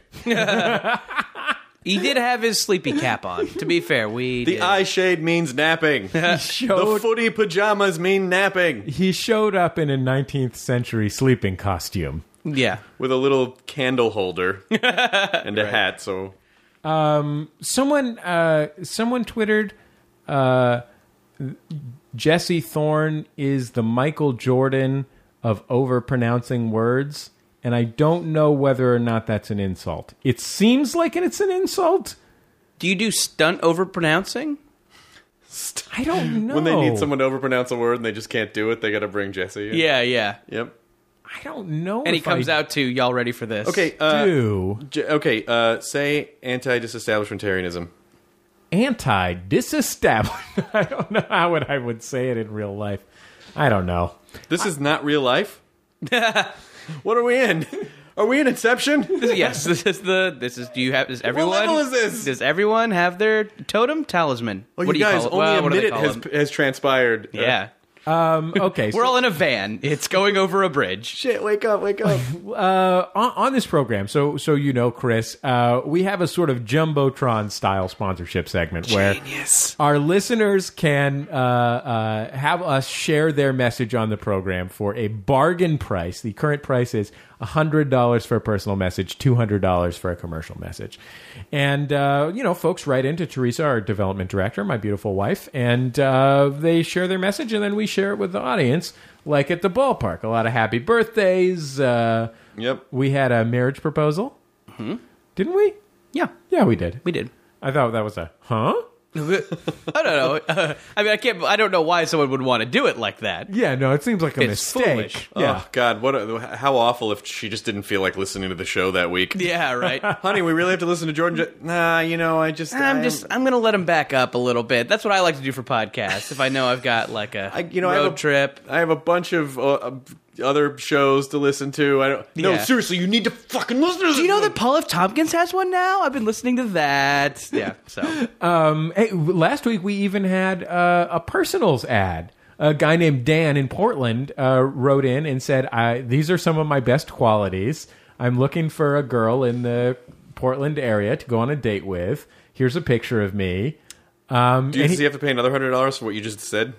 B: He did have his sleepy cap on. To be fair, we
C: The
B: did. Uh,
C: eye shade means
B: [laughs]
C: napping. the
A: showed,
C: footy pajamas mean napping.
A: he showed up in a 19th century sleeping costume.
B: yeah.
C: With a little candle holder and a hat, so
A: someone uh, someone twittered uh, Jesse Thorne is the Michael Jordan of over pronouncing words, and I don't know whether or not that's an insult. It seems like it's an insult.
B: Do you do stunt over pronouncing?
A: I don't know.
C: when they need someone to overpronounce a word and they just can't do it, they gotta bring Jesse in.
B: Oh. Yeah, yeah.
C: Yep.
A: I don't know.
B: And he
A: if
B: comes
A: I
B: out to y'all ready for this?
C: Okay, uh,
A: Do
C: j- okay, uh, say anti disestablishmentarianism.
A: anti disestablishment? [laughs] I don't know how would I would say it in real life. I don't know.
C: This is not real
B: [laughs]
C: life. what are we in? Are we in Inception?
B: This- yes, [laughs] this is the. This is. Do you have? Does everyone?
C: level is this?
B: Does everyone have their totem talisman?
C: Oh,
B: what do
C: you guys,
B: you call it?
C: only
B: Well,
C: a
B: what do they
C: minute
B: call
C: has,
B: them?
C: has transpired. Uh,
B: Yeah,
A: Um, okay,
B: we're all in a van. It's going over a bridge.
C: Shit, wake up, wake up.
A: uh, on, on this program, so so you know, Chris, uh, we have a sort of jumbotron style sponsorship segment where our listeners can uh, uh, have us share their message on the program for a bargain price. The current price is hundred dollars for a personal message, two hundred dollars for a commercial message, and uh, you know, folks write into Teresa, our development director, my beautiful wife, and uh, they share their message, and then we share it with the audience. Like at the ballpark, a lot of happy birthdays, uh,
C: yep.
A: we had a marriage proposal, didn't we?
B: Yeah,
A: Yeah, we did.
B: Mm-hmm. we did.
A: I thought that was a huh?
B: [laughs] I don't know. [laughs] Uh, I mean, I can't. I don't know why someone would want to do it like that.
A: Yeah, no, it seems like a
B: It's
A: mistake.
B: foolish.
A: Yeah,
C: Oh God, what? A, how awful if she just didn't feel like listening to the show that week.
B: [laughs] Yeah, [laughs] right.
C: Honey, we really have to listen to Jordan. Ju- nah, you know, I just,
B: I'm just. I'm gonna let him back up a little bit. That's what I like to do for podcasts. If I know I've got like [laughs] a
C: I, you know, I
B: road
C: have a,
B: trip.
C: I have a bunch of uh, uh, other shows to listen to. I don't. No,
B: Yeah.
C: seriously, you need to fucking listen to.
B: Do you know that Paul F. Tompkins has one now? I've been listening to that. [laughs] Yeah. So
A: Um, hey, w- last week we even had uh, a personals ad. A guy named Dan in Portland uh, wrote in and said, I, "These are some of my best qualities. I'm looking for a girl in the Portland area to go on a date with. Here's a picture of me." Um,
C: Do you,
A: and
C: does
A: he-
C: he have to pay another hundred dollars for what you just said?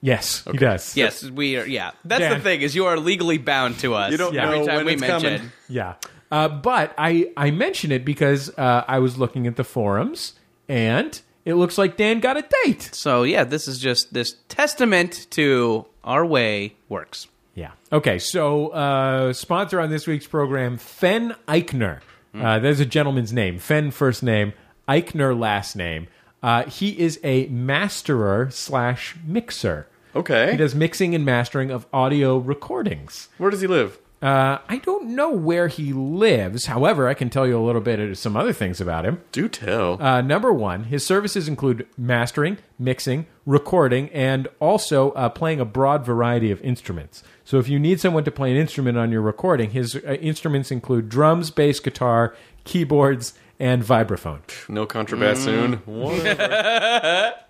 A: yes, he does.
B: yes, we are. Yeah, that's
A: Dan.
B: the thing is you are legally bound to us.
C: You don't
A: Yeah.
C: know
B: every time
C: when
B: we
C: it's
B: mention.
C: coming.
A: Yeah. Uh, but I, I mention it because uh, I was looking at the forums and it looks like Dan got a date.
B: So yeah, this is just this testament to our way works.
A: Yeah. Okay. So, uh, sponsor on this week's program, Hmm. Fen Eichner. Uh, there's a gentleman's name. Fen, first name, Eichner, last name. Uh, he is a masterer slash mixer.
C: Okay.
A: He does mixing and mastering of audio recordings.
C: Where does he live?
A: Uh, I don't know where he lives. However, I can tell you a little bit of some other things about him.
C: Do tell.
A: Uh, number one, his services include mastering, mixing, recording, and also uh, playing a broad variety of instruments. So, if you need someone to play an instrument on your recording, his uh, instruments include drums, bass guitar, keyboards, and vibraphone.
C: no contrabassoon. What?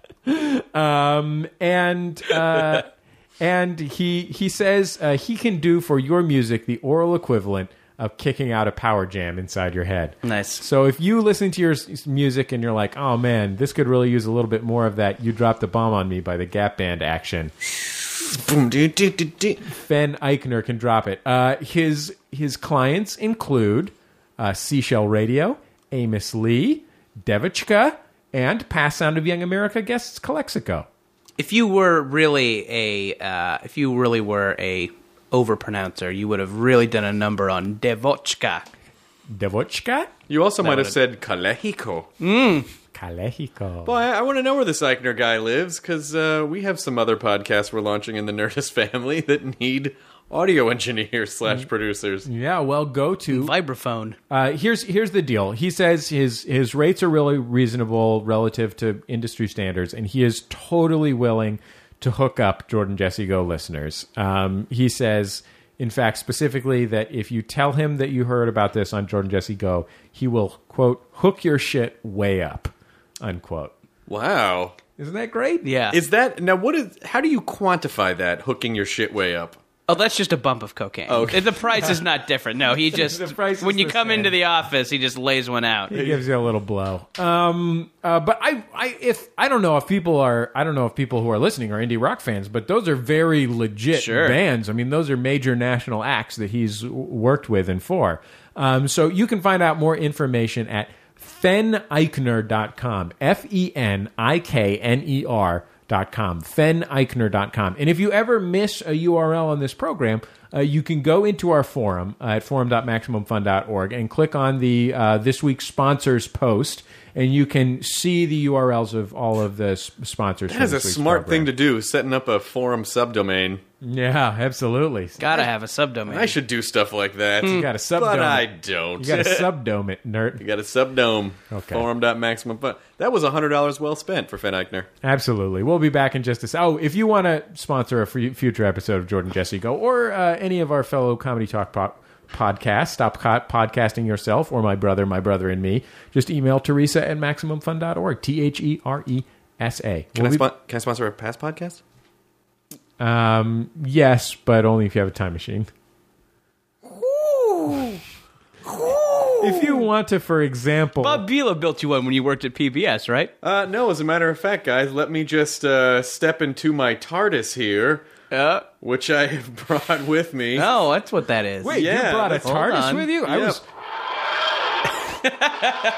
A: and uh, and he he says uh, he can do for your music the oral equivalent of kicking out a power jam inside your head.
B: Nice.
A: So if you listen to your s- music and you're like, "Oh man, this could really use a little bit more of that," you dropped the bomb on me by the Gap Band action.
B: Mm,
C: Boom, do, do, do, do.
A: Ben Eichner can drop it. Uh, his his clients include uh, Seashell Radio, Amos Lee, Devichka, and Past Sound of Young America guests Calexico.
B: If you were really a, uh, if you really were a overpronouncer, you would have really done a number on Devochka.
A: Devochka?
C: You also might have said Calejico.
A: Calexico.
C: Well, I, I want to know where this Eichner guy lives because uh, we have some other podcasts we're launching in the Nerdist [laughs] family that need audio engineers slash producers.
A: Yeah, well, go to.
B: Vibraphone.
A: Uh, here's here's the deal. He says his his rates are really reasonable relative to industry standards, and he is totally willing to hook up Jordan Jesse Go listeners. Um, he says, in fact, specifically that if you tell him that you heard about this on Jordan Jesse Go, he will quote hook your shit way up, unquote.
C: Wow.
A: Isn't that great?
B: Yeah.
C: Is that now? What is? How do you quantify that? Hooking your shit way up.
B: oh, that's just a bump of cocaine.
C: Okay.
B: The price is not different. No, he just
A: Oh, [laughs] The price is
B: when you
A: the
B: come
A: same.
B: into the office, he just lays one out.
A: It gives you a little blow. Um, uh, but I, I, if I don't know if people are, I don't know if people who are listening are indie rock fans, but those are very legit
B: Sure.
A: bands. I mean, those are major national acts that he's w- worked with and for. Um, so you can find out more information at feneichner.com. F E N I K N E R. Dot com, feneichner.com. And if you ever miss a URL on this program, uh, you can go into our forum uh, at forum.maximumfun.org and click on the uh, this week's sponsors post, and you can see the URLs of all of the s- sponsors.
C: That is a smart thing to do. Setting up a forum subdomain.
A: Yeah, absolutely.
B: Gotta have a subdomain.
C: I should do stuff like that.
A: You got a subdome.
C: But I
A: it.
C: don't. [laughs]
A: You got a subdome it, nerd.
C: You got a subdome.
A: Okay.
C: Forum.maximum fun. That was $100 well spent for Finn Eichner.
A: Absolutely. We'll be back in just a sec. Oh, if you want to sponsor a free future episode of Jordan Jesse Go or uh, any of our fellow Comedy Talk po- podcasts, Stop co- Podcasting Yourself or My Brother, My Brother and Me, just email Teresa at MaximumFun.org. T H E R E S A.
C: Can, I spon- can I sponsor a past podcast?
A: Um, yes, but only if you have a time machine. If you want to, for example,
B: Bob Bula built you one when you worked at PBS, right?
C: Uh, no, as a matter of fact, guys, let me just uh, step into my TARDIS here,
B: Uh,
C: which I have [laughs] brought with me.
B: no, that's what that is.
A: wait,
C: yeah,
A: you brought a
C: that's-
B: hold
A: TARDIS
B: on.
A: with you? I
C: Yep.
A: was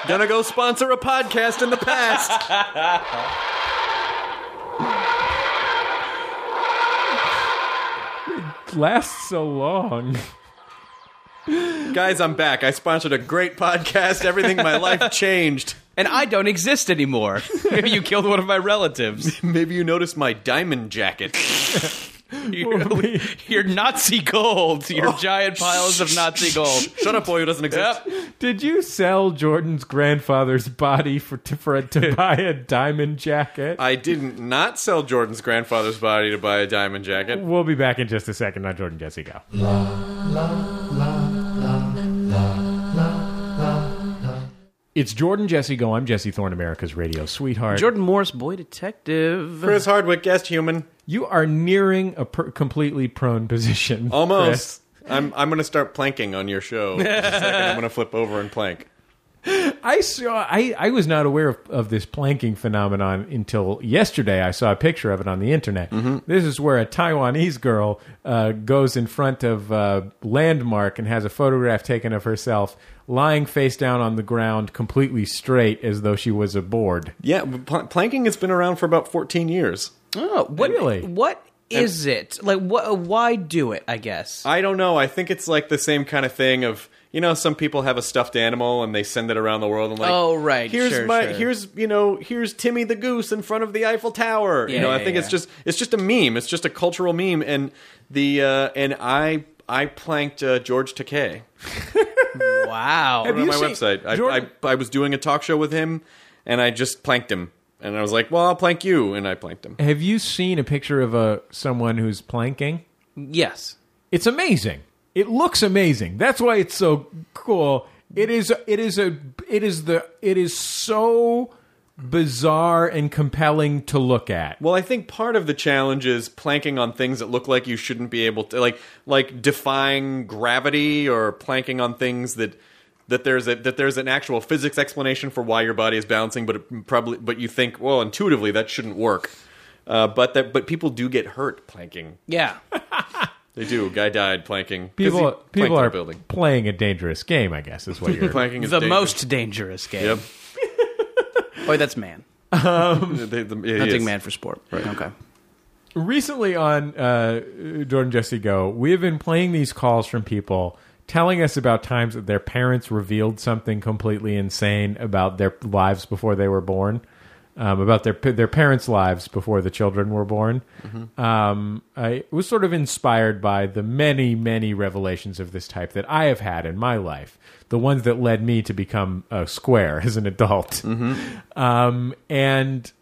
C: Gonna go sponsor a podcast in the past.
A: lasts so long.
C: guys, I'm back. I sponsored a great podcast. Everything in my life changed.
B: And I don't
A: [laughs]
B: exist anymore. [laughs] you killed one of my relatives.
C: Maybe you noticed my diamond jacket.
B: You're, [laughs] you're Nazi gold. You're
A: Oh,
B: giant piles of Nazi [laughs]
A: [laughs]
B: gold.
C: Shut up, boy who doesn't exist.
B: Yep.
A: Did you sell Jordan's grandfather's body for to, for [laughs] to buy a diamond jacket?
C: I didn't not sell Jordan's grandfather's body to buy a diamond jacket.
A: We'll be back in just a second on Jordan Jesse Go. It's Jordan Jesse Go. I'm Jesse Thorne, America's radio sweetheart.
B: Jordan Morris, boy detective.
C: Chris Hardwick, guest human.
A: you are nearing a per- completely prone position.
C: Almost. I'm I'm gonna start planking on your show. in a second. I'm gonna flip over and plank.
A: Chris. I saw. I, I was not aware of, of this planking phenomenon until yesterday. I saw a picture of it on the internet. This is where a Taiwanese girl uh, goes in front of a landmark and has a photograph taken of herself lying face down on the ground, completely straight, as though she was a board.
C: Yeah, pl- planking has been around for about 14 years.
B: Oh, what,
A: Really?
B: What is it? Like, what? Why do it? I guess.
C: I don't know. I think it's like the same kind of thing of you know, some people have a stuffed animal and they send it around the world and like,
B: Oh, right.
C: here's
B: Sure,
C: my
B: sure.
C: here's you know here's Timmy the goose in front of the Eiffel Tower. you
B: Yeah,
C: know, I
B: yeah,
C: think it's
B: yeah.
C: just it's just a meme. It's just a cultural meme, and the uh, and I I planked uh, George Takei
B: Wow.
C: on
A: you
C: my
A: seen-
C: website. I,
A: Jordan-
C: I I was doing a talk show with him, and I just planked him, and I was like, well, I'll plank you, and I planked him.
A: Have you seen a picture of a someone who's planking?
B: Yes.
A: It's amazing. It looks amazing. That's why it's so cool. It is it is a it is the it is so bizarre and compelling to look at.
C: Well, I think part of the challenge is planking on things that look like you shouldn't be able to, like like defying gravity or planking on things that that there's a that there's an actual physics explanation for why your body is bouncing, but it probably but you think well intuitively that shouldn't work. Uh, but that but people do get hurt planking.
B: Yeah.
C: They do. Guy died planking. 'Cause he
A: People
C: planked
A: people
C: in a
A: are
C: building.
A: playing a dangerous game, I guess
C: [laughs]
A: is what you're
C: Planking is
B: the
C: dangerous.
B: most dangerous game.
C: Yep. [laughs]
B: Boy, that's man.
C: They- the- it
B: Hunting
C: is.
B: man for sport. Okay.
A: recently on uh, Jordan Jesse Go, we have been playing these calls from people telling us about times that their parents revealed something completely insane about their lives before they were born, um, about their their parents' lives before the children were born. Um, I was sort of inspired by the many many revelations of this type that I have had in my life, the ones that led me to become a square [laughs] as an adult, um, and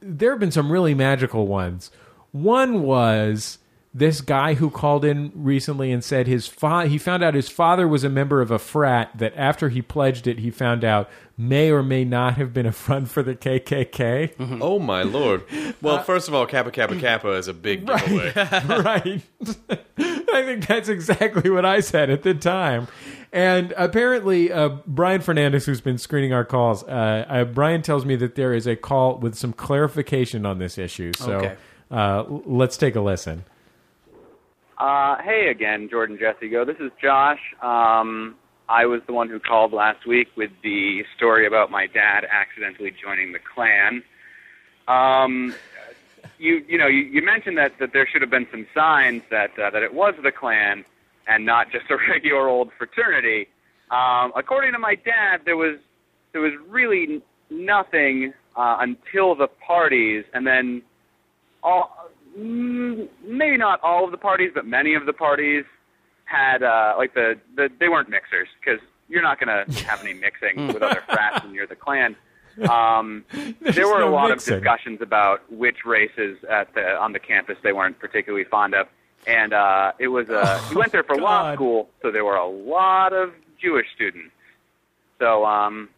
A: there have been some really magical ones. One was this guy who called in recently and said his fa- he found out his father was a member of a frat that after he pledged it he found out may or may not have been a front for the KKK.
C: Oh my lord!
A: Uh,
C: Well, first of all, Kappa Kappa Kappa is
A: [laughs]
C: a big giveaway.
A: right. [laughs] I think that's exactly what I said at the time. And apparently, uh, Brian Fernandez, who's been screening our calls, uh, uh, Brian tells me that there is a call with some clarification on this issue. So
B: Okay.
A: uh, l- let's take a listen.
E: Uh, hey again, Jordan Jesse Go. This is Josh. Um, I was the one who called last week with the story about my dad accidentally joining the Klan. Um, you you know you, you mentioned that, that there should have been some signs that uh, that it was the Klan and not just a [laughs] regular old fraternity. Um, according to my dad, there was there was really n- nothing uh, until the parties, and then all mm, maybe not all of the parties, but many of the parties had uh, like the, the they weren't mixers because you're not
A: [laughs]
E: going to have any mixing with other frats when you're the Klan. Um, there were
A: no
E: a lot
A: mixing.
E: of discussions about which races at the on the campus they weren't particularly fond of, and uh, it was uh, you went there for law
A: God.
E: school, so there were a lot of Jewish students. So um,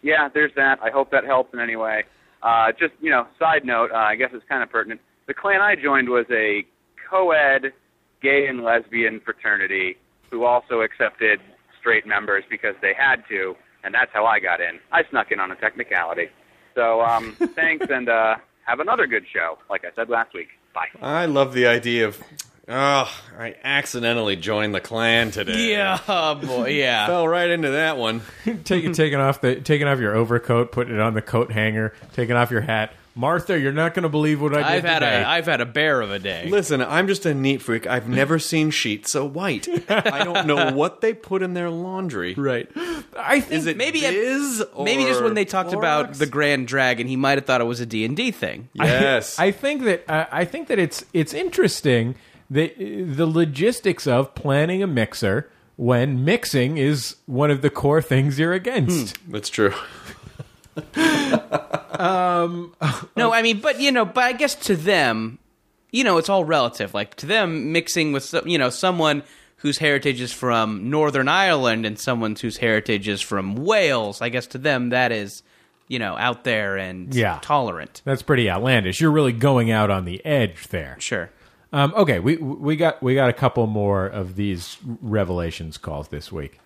E: yeah, there's that. I hope that helps in any way. Uh, just you know, side note. Uh, I guess it's kind of pertinent. The clan I joined was a co-ed gay and lesbian fraternity who also accepted straight members because they had to, and that's how I got in. I snuck in on a technicality. So um, thanks, and uh, have another good show. Like I said last week. Bye.
C: I love the idea of, oh, I accidentally joined the clan today.
B: Yeah, [laughs] oh boy, yeah.
C: Fell right into that one.
A: Take, taking off the taking off your overcoat, putting it on the coat hanger, taking off your hat. Martha, you're not going to believe what I did
B: I've had
A: today.
B: a I've had a bear of a day.
C: Listen, I'm just a neat freak. I've never seen sheets so white. I don't
B: [laughs]
C: know what they put in their laundry.
B: Right.
A: I think
C: Is it
B: Maybe at-
C: biz or
B: Maybe just when they talked about
C: Clorox?
B: the Grand Dragon, he might have thought it was a D&D thing.
C: yes.
A: I think that uh, I think that it's it's interesting that uh, the logistics of planning a mixer when mixing is one of the core things you're against.
C: That's true. Oh.
B: No, I mean, but you know, but I guess to them, you know, it's all relative. Like to them, mixing with some, you know someone whose heritage is from Northern Ireland and someone whose heritage is from Wales. I guess to them, that is you know out there and
A: Yeah.
B: tolerant.
A: That's pretty outlandish. You're really going out on the edge there.
B: Sure.
A: Um, okay, we we got we got a couple more of these revelations calls this week.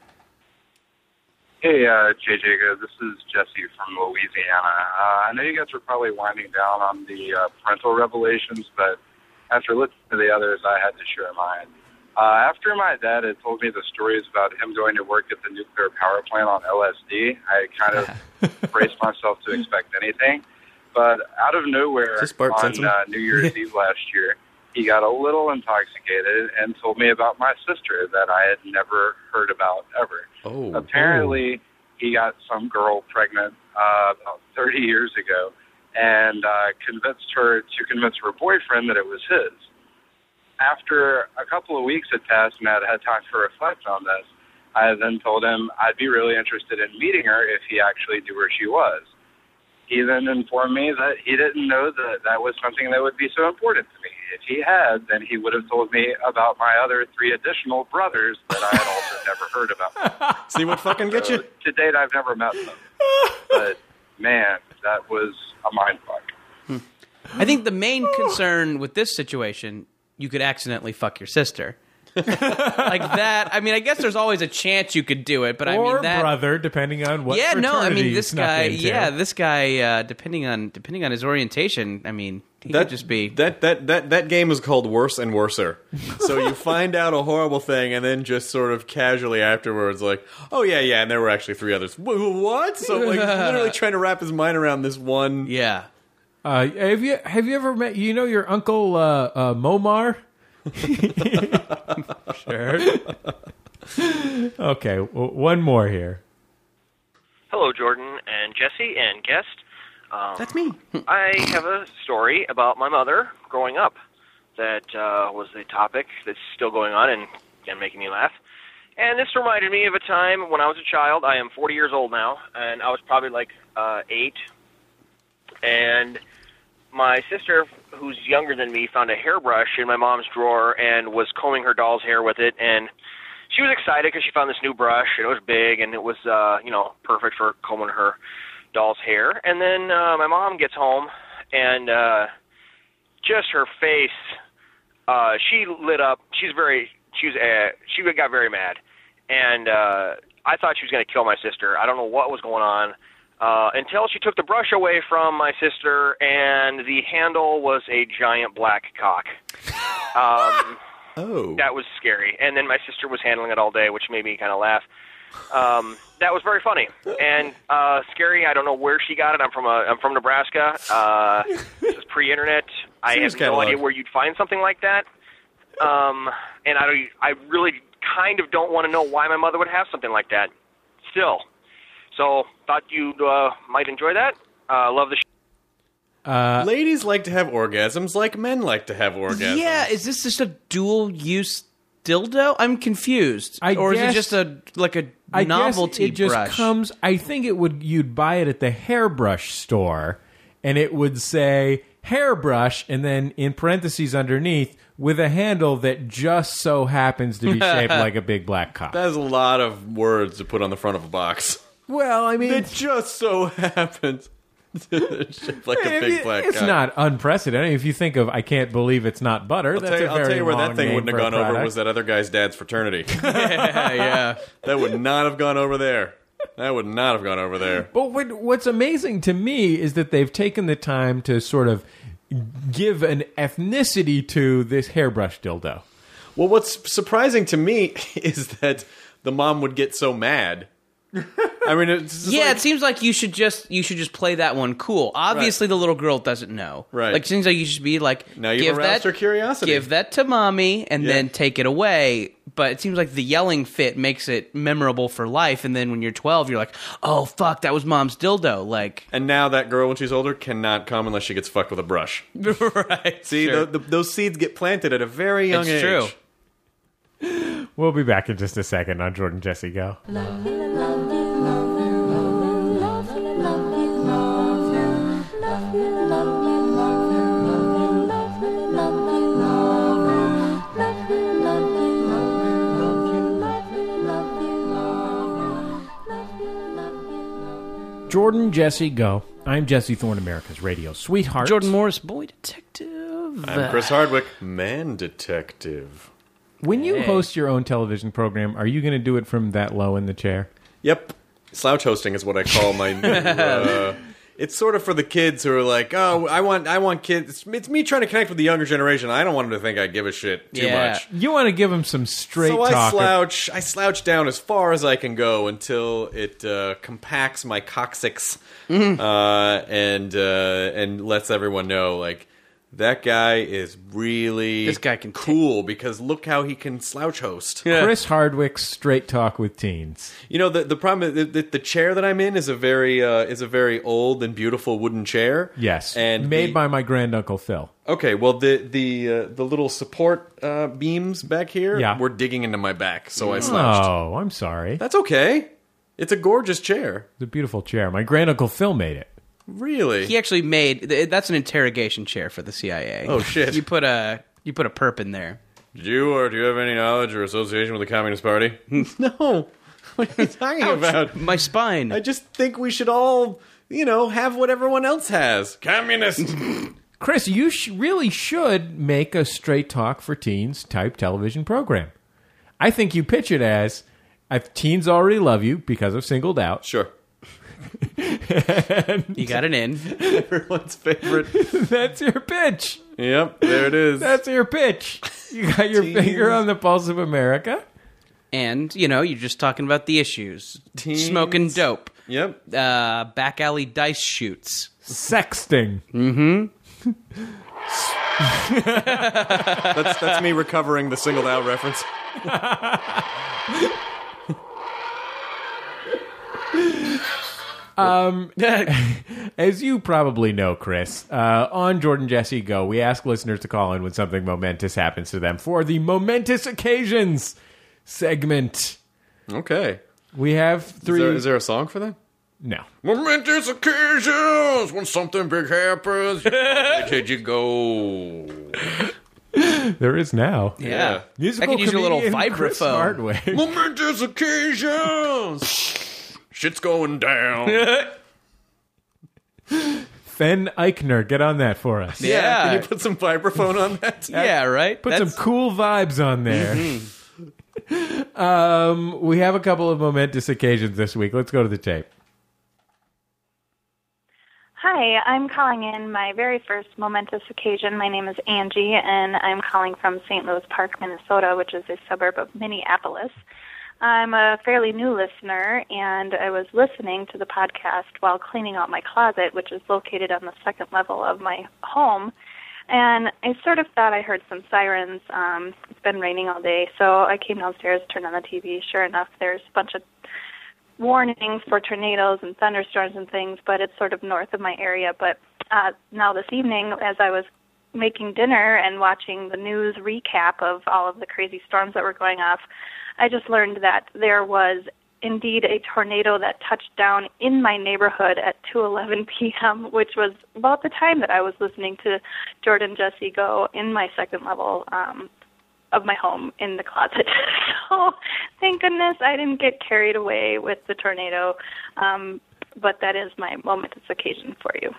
F: Hey, uh, JJ, uh, this is Jesse from Louisiana. Uh, I know you guys are probably winding down on the uh, parental revelations, but after listening to the others, I had to share mine. Uh, after my dad had told me the stories about him going to work at the nuclear power plant on LSD, I kind of braced myself to expect anything. But out of nowhere,
C: this Bart
F: on
C: Simpson?
F: uh, New Year's Eve last year, he got a little intoxicated and told me about my sister that I had never heard about ever.
C: Oh.
F: Apparently, he got some girl pregnant uh, about 30 years ago and uh, convinced her to convince her boyfriend that it was his. After a couple of weeks had passed and I'd had time to reflect on this, I then told him I'd be really interested in meeting her if he actually knew where she was. He then informed me that he didn't know that that was something that would be so important to me. If he had, then he would have told me about my other three additional brothers that I had also never heard about.
C: See what fucking get
F: So,
C: you?
F: to date, I've never met them. But man, that was a mind fuck.
B: I think the main concern with this situation, you could accidentally fuck your sister. like that. I mean, I guess there's always a chance you could do it, but I
A: or
B: mean that.
A: brother, depending on what.
B: yeah, no, I
A: fraternity
B: mean
A: you
B: this
A: snuck
B: guy.
A: into.
B: Yeah, this guy. Uh, depending on depending on his orientation, I mean, he could just be.
C: that that that that game is called worse and worser. so
B: [laughs]
C: you find out a horrible thing, and then just sort of casually afterwards, like, oh yeah, yeah, and there were actually three others. Wh- wh- What? So like, literally trying to wrap his mind around this one.
B: yeah.
A: Uh, have you have you ever met? You know your uncle uh, uh, Momar. [laughs] sure. okay, w- one more here.
G: Hello, Jordan and Jesse and guest. Um,
C: That's me.
G: [laughs] I have a story about my mother growing up that uh, was the topic that's still going on and, and making me laugh. And this reminded me of a time when I was a child. I am 40 years old now, and I was probably like uh, eight. And my sister, who's younger than me, found a hairbrush in my mom's drawer and was combing her doll's hair with it. And she was excited because she found this new brush, and it was big, and it was, uh, you know, perfect for combing her doll's hair. And then uh, my mom gets home, and uh, just her face, uh, she lit up. She's very, she was, uh, she got very mad, and uh, I thought she was going to kill my sister. I don't know what was going on. Uh, until she took the brush away from my sister, and the handle was a giant black cock. Um,
C: Oh,
G: that was scary. And then my sister was handling it all day, which made me kind of laugh. Um, that was very funny and uh, scary. I don't know where she got it. I'm from a, I'm from Nebraska. Uh, this is pre-internet. I have
C: Seems
G: no
C: catalog.
G: idea where you'd find something like that. Um, and I don't- I really kind of don't want to know why my mother would have something like that. Still, so thought you uh, might enjoy that. Uh, love the. Sh-
C: ladies like to have orgasms, like men like to have orgasms.
B: Yeah, is this just a dual use dildo? I'm confused.
A: I
B: or
A: guess-
B: is it just a like a
A: I
B: novelty
A: guess it just
B: brush?
A: comes. I think it would. You'd buy it at the hairbrush store, and it would say hairbrush, and then in parentheses underneath with a handle that just so happens
B: [laughs]
A: to be shaped like a big black cock.
C: That is a lot of words to put on the front of a box. [laughs]
A: well, I mean,
C: It just so happens. Shaped like a
A: If
C: big
A: you-
C: black
A: It's
C: cock.
A: not unprecedented. If you think of, I can't believe it's not butter.
C: I'll
A: that's
C: tell, you,
A: a
C: I'll
A: very
C: tell you where that
A: long
C: thing
A: name
C: wouldn't have
A: for a
C: gone over
A: product.
C: was that other guy's dad's
A: [laughs]
C: fraternity. [laughs]
B: yeah, yeah.
C: That would not have gone over there. That would not have gone over there.
A: But what, what's amazing to me is that they've taken the time to sort of give an ethnicity to this hairbrush dildo.
C: Well, what's surprising to me [laughs] is that the mom would get so mad. I mean, it's just
B: yeah,
C: like-
B: it seems like you should just you should just play that one cool. Obviously, the little girl doesn't know.
C: Right.
B: Like, it seems like you should be like,
C: Now you've
B: give
C: aroused
B: that,
C: her curiosity.
B: Give that to mommy, and
C: Yeah.
B: then take it away. But it seems like the yelling fit makes it memorable for life. And then when you're 12, you're like, oh fuck, that was mom's
C: [laughs]
B: dildo. Like, [laughs]
C: and now that girl, when she's older, cannot come unless she gets fucked with a brush.
B: right?
C: See,
B: sure.
C: tho- th- those seeds get planted at a very young
B: it's
C: age.
B: true.
A: We'll be back in just a second on Jordan Jesse Go. Jordan Jesse Go. I'm Jesse Thorne, America's radio sweetheart.
B: Jordan Morris, boy detective.
C: I'm Chris Hardwick, man detective.
A: when you host your own television program, are you going to do it from that low in the chair?
C: Yep. Slouch hosting is what I call my [laughs] new. Uh, it's sort of for the kids who are like, oh, I want, I want kids. It's, it's me trying to connect with the younger generation. I don't want them to think I give a shit too
B: Yeah.
C: much.
A: You want to give him some straight
C: so I
A: talk.
C: slouch, I slouch down as far as I can go until it uh, compacts
A: Mm.
C: my coccyx uh, and uh, and lets everyone know like that guy is really
B: This guy can ta-
C: cool because look how he can slouch host.
A: Chris Hardwick's Straight Talk with Teens.
C: You know the the problem is the, the chair that I'm in is a very uh, is a very old and beautiful wooden chair.
A: Yes,
C: and
A: made
C: the-
A: by my granduncle Phil.
C: Okay, well the the uh, the little support uh, beams back here
A: Yeah.
C: were digging into my back, so I slouched.
A: Oh, I'm sorry.
C: That's okay. It's a gorgeous chair,
A: It's a beautiful chair. My granduncle Phil made it.
C: really.
B: He actually made th- that's an interrogation chair for the CIA.
C: Oh, shit.
B: [laughs] You put a you put a perp in there.
C: Did you or do you have any knowledge or association with the Communist Party? no. What are you talking about?
B: my spine.
C: I just think we should all, you know, have what everyone else has. Communist.
A: Chris, you sh- really should make a straight talk for teens type television program. I think you pitch it as if teens already love you because of singled out. [laughs]
C: [laughs] sure.
B: you got it [laughs] in.
C: Everyone's favorite.
A: That's your pitch.
C: yep, there it is.
A: That's your pitch. You got
C: [laughs]
A: your finger on the pulse of America.
B: And you know, you're just talking about the issues.
C: Teens.
B: Smoking dope.
C: yep.
B: Uh, back alley dice shoots.
A: Sexting.
C: That's that's me recovering the singled out reference.
A: As you probably know, Chris, uh, on Jordan Jesse Go, we ask listeners to call in when something momentous happens to them for the Momentous Occasions segment.
C: Okay.
A: We have
C: Is
A: three.
C: there, is there a song for that?
A: no.
C: Momentous occasions when something big happens. Did you go?
A: There is now.
C: Yeah.
A: Musical
B: [laughs] I could use your little
A: comedian Chris
B: vibraphone.
A: Hardwick.
C: Momentous occasions. Shit's going [laughs] down. Yeah.
A: Fen Eichner, get on that for us.
B: Yeah.
C: Can you put some vibraphone on that?
B: [laughs] yeah, right.
A: Put
B: That's-
A: some cool vibes on there. [laughs]
B: Mm-hmm.
A: um, we have a couple of momentous occasions this week. Let's go to the tape.
H: Hi, I'm calling in my very first momentous occasion. My name is Angie, and I'm calling from St. Louis Park, Minnesota, which is a suburb of Minneapolis. I'm a fairly new listener, and I was listening to the podcast while cleaning out my closet, which is located on the second level of my home. And I sort of thought I heard some sirens. Um, it's been raining all day, so I came downstairs, turned on the TV. Sure enough, there's a bunch of warnings for tornadoes and thunderstorms and things, but it's sort of north of my area. But uh, now this evening, as I was making dinner and watching the news recap of all of the crazy storms that were going off, I just learned that there was indeed a tornado that touched down in my neighborhood at [laughs] 2:11 p.m., which was about the time that I was listening to Jordan Jesse go in my second level um, of my home in the closet. [laughs] so thank goodness I didn't get carried away with the tornado. Um, but that is my momentous occasion for you.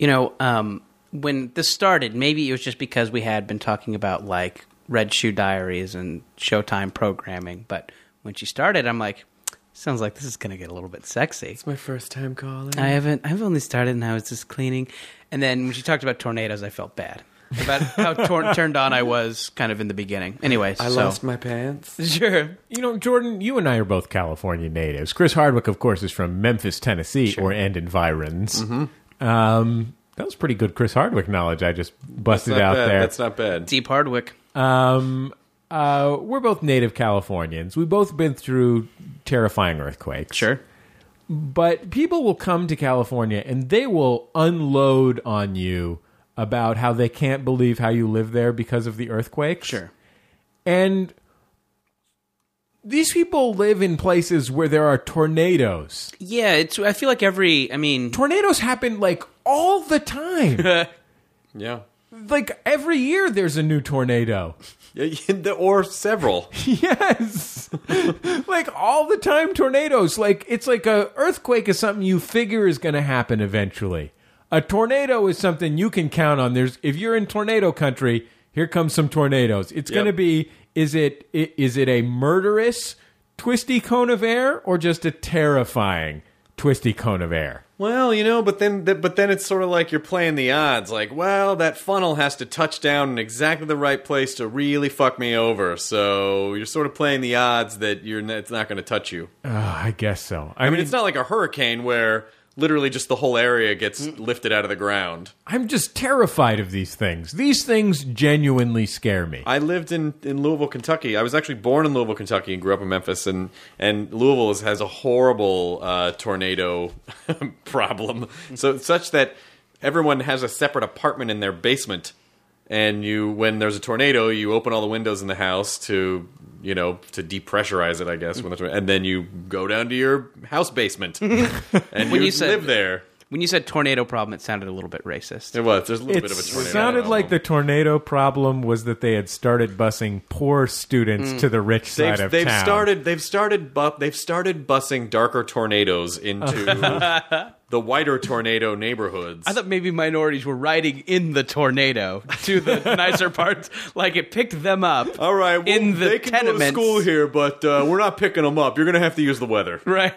B: you know, um, when this started, maybe it was just because we had been talking about like Red Shoe Diaries and Showtime programming. But when she started, I'm like, sounds like this is going to get a little bit sexy.
C: my first time calling.
B: I haven't. I've only started, and I was just cleaning. And then when she talked about tornadoes, I felt bad about how tor- [laughs] turned on I was kind of in the beginning. Anyways, I
C: lost my pants.
B: [laughs] Sure.
A: You know, Jordan, you and I are both California natives. Chris Hardwick, of course, is from Memphis, Tennessee, or and environs.
C: Mm-hmm.
A: Um, that was pretty good Chris Hardwick knowledge I just busted
C: That's not
A: out
C: bad.
A: there.
C: That's not bad.
B: Deep Hardwick.
A: Um, uh, we're both native Californians. We've both been through terrifying earthquakes.
B: Sure.
A: But people will come to California and they will unload on you about how they can't believe how you live there because of the earthquakes.
B: Sure.
A: And these people live in places where there are tornadoes.
B: Yeah. It's. I feel like every. I mean.
A: Tornadoes happen like all the time.
C: Yeah.
A: like every year there's a new tornado.
C: Yeah, or several.
A: Yes. like all the time tornadoes. Like it's like a earthquake is something you figure is going to happen eventually. A tornado is something you can count on. There's if you're in tornado country, here comes some tornadoes. It's
C: Yep.
A: going to be is it i- is it a murderous twisty cone of air or just a terrifying twisty cone of air?
C: Well, you know, but then th- but then it's sort of like you're playing the odds. Like, well, that funnel has to touch down in exactly the right place to really fuck me over. So you're sort of playing the odds that you're n- it's not going to touch you.
A: Oh, I guess so.
C: I mean, it's not like a hurricane where literally just the whole area gets lifted out of the ground.
A: I'm just terrified of these things. These things genuinely scare me.
C: I lived in, in Louisville, Kentucky. I was actually born in Louisville, Kentucky, and grew up in Memphis. And, and Louisville is, has a horrible uh, tornado [laughs] problem. So such that everyone has a separate apartment in their basement. And you, when there's a tornado, you open all the windows in the house to, you know, to depressurize it, I guess. When the, tornado- and then you go down to your house basement
B: [laughs]
C: and
B: When
C: you,
B: you said-
C: live there.
B: When you said tornado problem, it sounded a little bit racist.
C: It was. There's a little
A: It
C: bit of a tornado.
A: sounded like the tornado problem was that they had started busing poor students to the rich side
C: Mm. They've,
A: of
C: they've
A: town.
C: started. They've started. Bu- they've started bussing darker
A: [laughs]
C: tornadoes into the whiter tornado neighborhoods.
B: I thought maybe minorities were riding in the tornado to [laughs] the nicer parts, like it picked them up.
C: All right, well,
B: in the
C: they can go to
B: tenements.
C: school here, but uh, we're not picking them up. You're going to have to use
A: [laughs]
C: the weather.
B: [laughs] Right,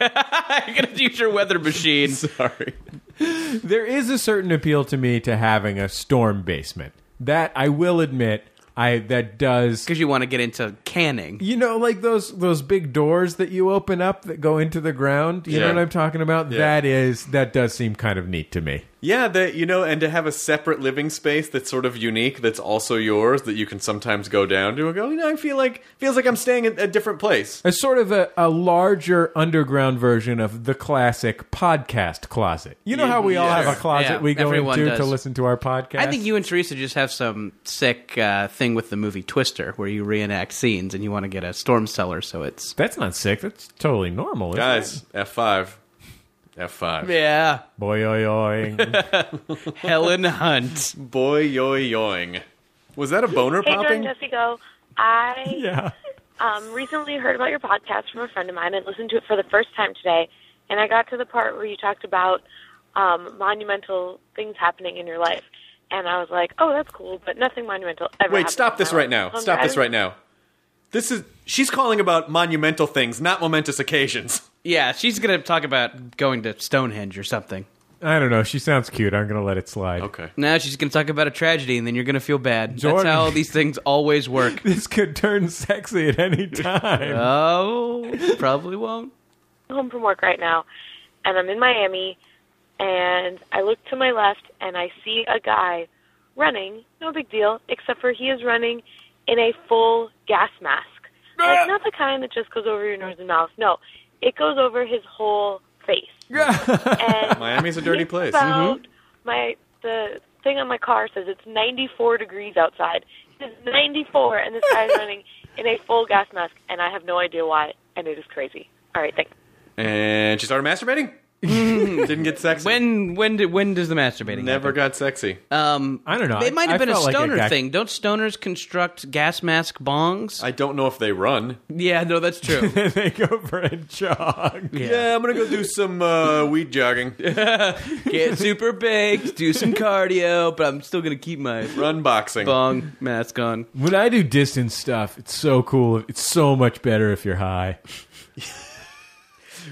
B: you're gonna use your weather machine.
C: Sorry.
A: There is a certain appeal to me to having a storm basement. That I will admit, I that does.
B: [laughs] because you want to get into canning.
A: You know, like those those big doors that you open up that go into the ground. You know
C: Yeah.
A: what I'm talking about?
C: Yeah.
A: That is that does seem kind of neat to me.
C: Yeah, that you know, and to have a separate living space that's sort of unique, that's also yours, that you can sometimes go down to and go. You know, I feel like feels like I'm staying at a different place.
A: A sort of a, a larger underground version of the classic podcast closet. You know how we all
C: Yes.
A: have a closet
B: Yeah,
A: we go
B: everyone
A: into
B: does.
A: to listen to our podcast.
B: I think you and Teresa just have some sick uh, thing with the movie Twister, where you reenact scenes and you want to get a storm cellar, so it's
A: That's not sick. That's totally normal. isn't it?
C: Guys, F five, F five.
B: yeah,
A: boy, oi,
C: [laughs]
A: oi.
B: [laughs] Helen Hunt.
C: Boy, yo, yoing. Was that a boner
I: Hey, Jordan,
C: popping?
I: Jesse, go. I
A: yeah.
I: um, recently heard about your podcast from a friend of mine and listened to it for the first time today. And I got to the part where you talked about um, monumental things happening in your life. And I was like, oh, that's cool, but nothing monumental ever
C: Wait,
I: happened
C: stop
I: in
C: this
I: my life.
C: right now.
I: So I'm
C: Stop this
I: driving-
C: right now. This is she's calling about monumental things, not momentous occasions.
B: Yeah, she's gonna talk about going to Stonehenge or something.
A: I don't know. She sounds cute. I'm going to let it slide.
C: Okay.
B: Now she's gonna talk about a tragedy, and then you're gonna feel bad.
A: Jordan.
B: That's how these things always [laughs] work.
A: This could turn sexy at any
C: [laughs]
A: time.
B: oh, probably won't.
I: home from work right now, and I'm in Miami, and I look to my left and I see a guy running. No big deal, except for he is running in a full gas mask. Like not the kind that just goes over your nose and mouth. No, it goes over his whole face. and
C: Miami's
H: [laughs]
C: a dirty place.
I: it's About My the thing on my car says it's 94 degrees outside. It's 94, and this guy's running in a full gas mask, and I have no idea why, and it is crazy. All right, thanks.
C: And she started masturbating. Didn't get sexy.
B: When when do, when does the masturbating?
C: never got sexy.
B: Um,
A: I don't know.
B: They might
A: I-
B: have
A: I
B: been a
A: felt like it
B: stoner
A: got-
B: thing. Don't stoners construct gas mask bongs?
C: I don't know if they run.
B: yeah, no, that's [laughs] true.
A: they go for a jog.
C: Yeah, I'm gonna go do some uh, weed jogging.
B: Get super baked, do some cardio, but I'm still gonna keep my
C: Run boxing.
B: bong mask on.
A: When I do distance stuff, it's so cool. It's so much better if you're high.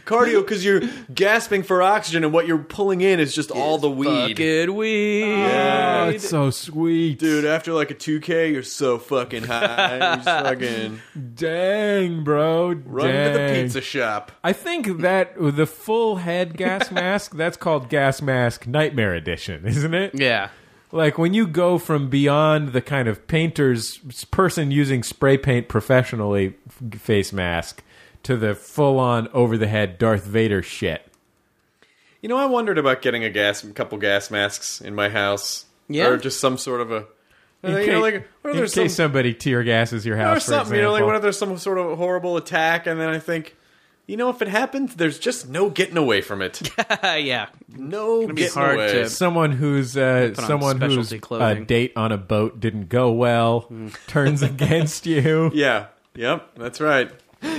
C: Cardio because you're gasping for oxygen and what you're pulling in is just all the weed.
B: Fucking weed.
A: Oh, it's so sweet.
C: Dude, after like a 2K, you're so fucking high. You're just fucking
A: Dang, bro.
C: run to the
A: Dang.
C: pizza shop.
A: I think that the full head
C: [laughs]
A: gas mask, that's called gas mask nightmare edition, isn't it?
B: Yeah.
A: Like when you go from beyond the kind of painter's person using spray paint professionally f- face mask to the full on over the head Darth Vader shit.
C: You know, I wondered about getting a gas, a couple gas masks in my house,
B: Yeah.
C: or just some sort of a.
A: In
C: Uh, you
A: case,
C: know, like, what if
A: in
C: there's
A: case
C: some,
A: somebody tear gases your
C: or
A: house, for
C: something? You know, like
A: example.
C: what if there's some sort of horrible attack, and then I think, you know, if it happens, there's just no getting away
A: [laughs]
C: from it.
B: Uh, yeah.
C: No
B: be
C: getting
B: hard
C: away.
B: to-
A: someone who's uh,
B: on
A: someone whose
B: specialty
A: uh,
B: clothing.
A: date on a boat didn't go well
C: Hmm. [laughs]
A: turns against you,
C: Yeah. Yep. That's right.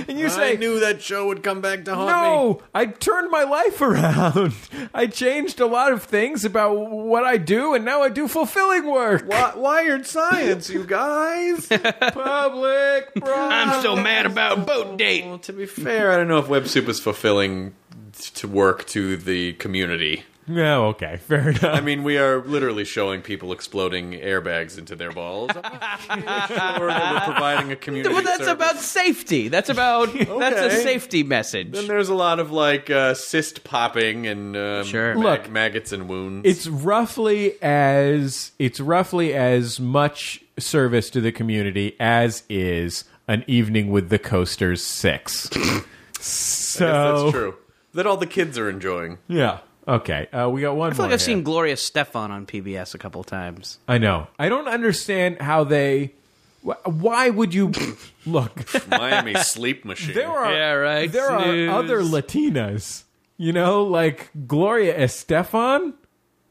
A: and you
C: I
A: say,
C: knew that show would come back to haunt me.
A: No, I turned my life around. [laughs] I changed a lot of things about what I do, and now I do fulfilling work.
C: Wi- wired science,
A: [laughs]
C: you guys.
B: [laughs]
A: Public, bro. [laughs]
B: I'm still mad about boat date.
C: well, to be fair, I don't know if Web Soup is fulfilling t- to work to the community.
A: No, okay, fair enough.
C: I mean, we are literally showing people exploding airbags into their balls. I'm not sure that we're providing a community.
B: Well, that's
C: service.
B: about safety. That's [laughs] about that's a
C: Okay.
B: safety message.
C: Then there's a lot of like uh, cyst popping and um,
B: Sure.
C: mag-
A: Look.
C: maggots and wounds.
A: It's roughly as it's roughly as much service to the community as is an evening with the coasters
B: [laughs]
A: six. so
C: I guess that's true. That all the kids
A: [laughs]
C: are enjoying.
A: Yeah. Okay. Uh, we got one.
B: I feel
A: more
B: like I've
A: here.
B: seen Gloria Stefan on PBS a couple times.
A: I know. I don't understand how they. wh- Why would you [laughs] look?
C: Miami sleep machine.
A: There are
B: Yeah, right,
A: There
B: snooze.
A: are other Latinas. You know, like Gloria Estefan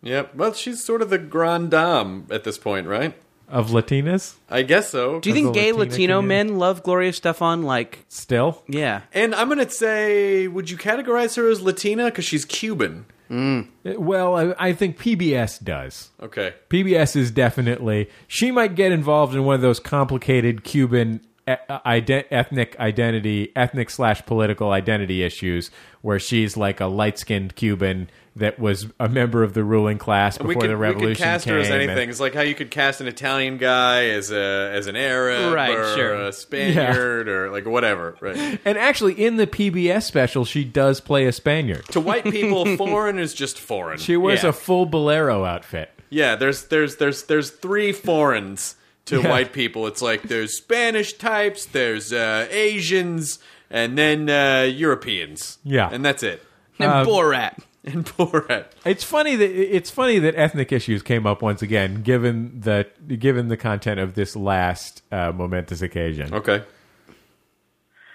C: Yep. Well, she's sort of the grand dame at this point, right?
A: of Latinas.
C: I guess so.
B: Do you think
A: the
B: gay
A: Latina
B: Latino
A: community.
B: men love Gloria Stefan? Like,
A: Still,
B: yeah,
C: and I'm gonna say, would you categorize her as Latina because she's Cuban?
A: Uh, well, I, I think PBS does.
C: Okay.
A: PBS is definitely. She might get involved in one of those complicated Cuban e- ide- ethnic identity, ethnic slash political identity issues, where she's like a light skinned Cuban that was a member of the ruling class
C: And
A: before the revolution
C: we could cast
A: came.
C: her as
A: and-
C: anything. It's like how you could cast an Italian guy as a as an Arab
B: Right,
C: or
B: sure.
C: a Spaniard or like whatever. Right.
A: And actually, in the PBS special, she does play a Spaniard.
C: to
A: [laughs]
C: white people, foreign is just foreign.
A: She wears
B: Yeah.
A: a full bolero outfit.
C: Yeah, there's there's there's there's three foreigns to
A: Yeah.
C: white people. It's like there's Spanish types, there's uh, Asians, and then uh, Europeans.
A: Yeah.
C: and that's it. [laughs]
B: and Borat.
C: Uh, And Borat.
A: It's funny that it's funny that ethnic issues came up once again, given the given the content of this last uh, momentous occasion.
C: Okay.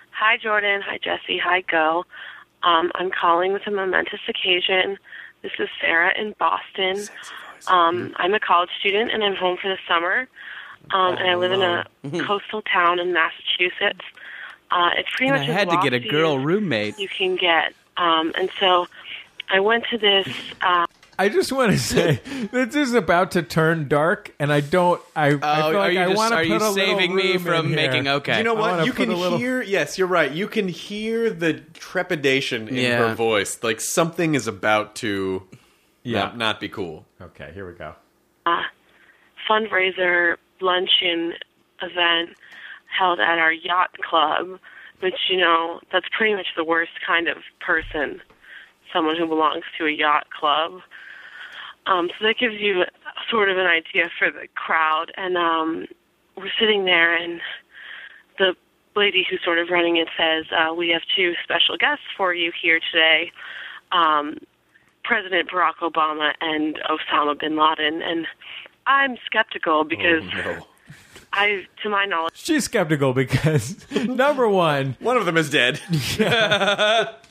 J: Hi, Jordan. Hi, Jesse. Hi, Go. Um, I'm calling with a momentous occasion. This is Sarah in Boston.
B: Mm-hmm.
J: Um, I'm a college student and I'm home for the summer. Um, and I
B: Oh,
J: live in a
B: [laughs]
J: coastal town in Massachusetts. Uh, it's pretty
B: And I
J: much as
B: had to get a
J: lofty
B: girl
J: as
B: roommate.
J: You can get. Um, and so I went to this. Uh,
A: I just want to say [laughs] this is about to turn dark, and I don't. I, I
B: Oh,
A: feel
B: are
A: like
B: you,
A: I
B: just,
A: want to
B: are
A: put
B: you
A: a little
B: saving me
A: room
B: from
A: in
B: making
A: here.
B: okay?
C: You know
A: I wanna
C: what? You
A: put
C: can
A: a little-
C: hear. Yes, you're right. You can hear the trepidation in
B: Yeah.
C: her voice. Like something is about to.
A: Yeah.
C: Not, not be cool.
A: Okay, here we go.
J: fundraiser luncheon event held at our yacht club, which, you know, that's pretty much the worst kind of person, someone who belongs to a yacht club. Um, so that gives you sort of an idea for the crowd. And um, we're sitting there, and the lady who's sort of running it says, uh, We have two special guests for you here today. Um, President Barack Obama and Osama bin Laden, and I'm skeptical because
C: Mm.
J: I, to my knowledge,
A: She's skeptical because [laughs] number one,
C: One of them is
B: [laughs]
C: dead.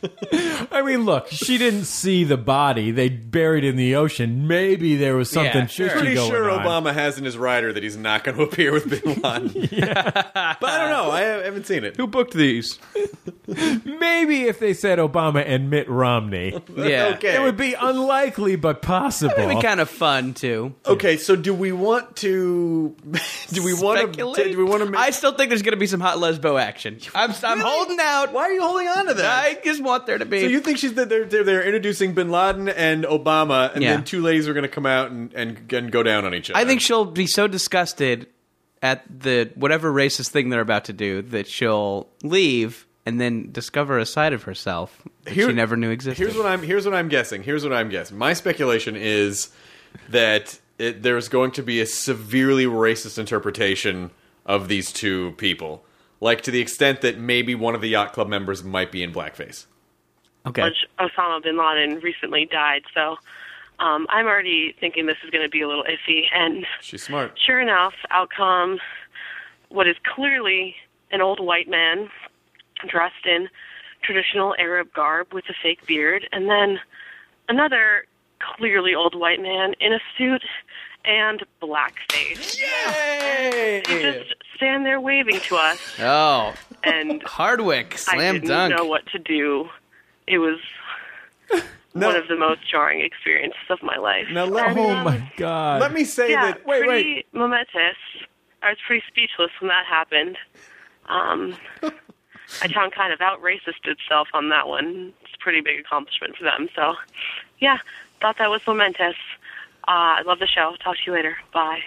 A: I mean, look, she didn't see the body; they buried it in the ocean. Maybe there was something
B: Yeah, sure.
A: fishy
C: pretty
A: going
C: sure
A: on.
C: Obama has in his rider that he's not going to [laughs] appear with Bin Laden.
B: [laughs]
C: But I don't know. I haven't seen it.
B: Who booked these?
A: Maybe if they said Obama and Mitt
C: [laughs]
A: Romney,
B: Yeah,
C: Okay.
A: it would be unlikely but possible.
B: That'd be kind of fun too.
C: Okay, so do we want to? [laughs] Do we want to?
B: Speculate.
C: Do we want to? Make,
B: I still think there's going to be some hot lesbo action. I'm, I'm holding out.
C: why are you holding on to that?
B: I just want there to be.
C: so you think she's that they're, they're they're introducing Bin Laden and Obama, and
B: Yeah.
C: then two ladies are going to come out and, and and go down on each other?
B: I think she'll be so disgusted at the whatever racist thing they're about to do that she'll leave and then discover a side of herself that
C: Here-
B: she never knew existed.
C: Here's what I'm here's what I'm guessing. Here's what I'm guessing. My speculation is that it, there's going to be a severely racist interpretation of these two people, like to the extent that maybe one of the yacht club members might be in blackface.
B: okay.
J: Osama bin Laden recently died, so um, I'm already thinking this is going to be a little iffy. And
C: She's smart.
J: sure enough, out comes what is clearly an old white man dressed in traditional Arab garb with a fake beard, and then another clearly old white man in a suit and blackface.
B: Yay!
J: They just stand there waving to us,
B: Oh,
J: and
B: Hardwick,
J: I
B: slam
J: didn't
B: dunk.
J: know what to do. It was one of the most jarring experiences of my life.
C: Now let me
A: oh my god!
C: let me say
J: yeah,
C: that. Wait,
J: pretty
C: wait.
J: momentous. I was pretty speechless when that happened. Um, my town kind of out racist itself on that one. It's a pretty big accomplishment for them. So, yeah, thought that was momentous. Uh, I love the show. Talk to you later. Bye.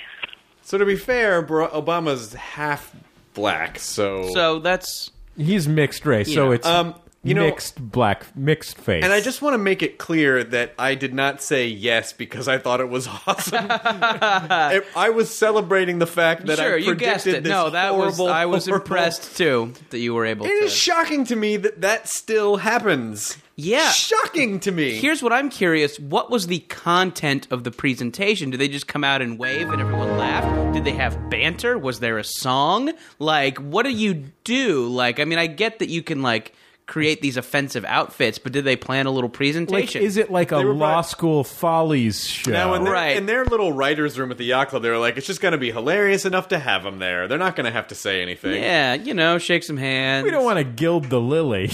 C: So to be fair, bro, Obama's half black, so
B: So that's
A: He's mixed race,
C: You
A: so
C: know,
A: it's
C: um, you know-
A: mixed black, mixed face.
C: And I just want to make it clear that I did not say yes because I thought it was [laughs]
B: [laughs]
C: awesome. I I was celebrating the fact that
B: sure
C: I predicted
B: you guessed it.
C: this
B: No, that
C: horrible,
B: was I
C: [laughs]
B: was
C: horrible-
B: impressed too that you were able.
C: It
B: to.
C: is shocking to me that that still happens.
B: Yeah.
C: Shocking to me.
B: Here's what I'm curious. What was the content of the presentation? Did they just come out and wave and everyone laughed? Did they have banter? Was there a song? Like, what do you do? Like, I mean, I get that you can, like, create these offensive outfits, but did they plan a little
A: like,
B: presentation?
A: is it like a
C: They were
A: law school follies show?
C: Now, in their,
B: Right.
C: in their little writer's room at the yacht club, they were like, it's just going to be hilarious enough to have them there. They're not going to have to say anything.
B: yeah, you know, shake some hands.
A: we don't want to gild the lily.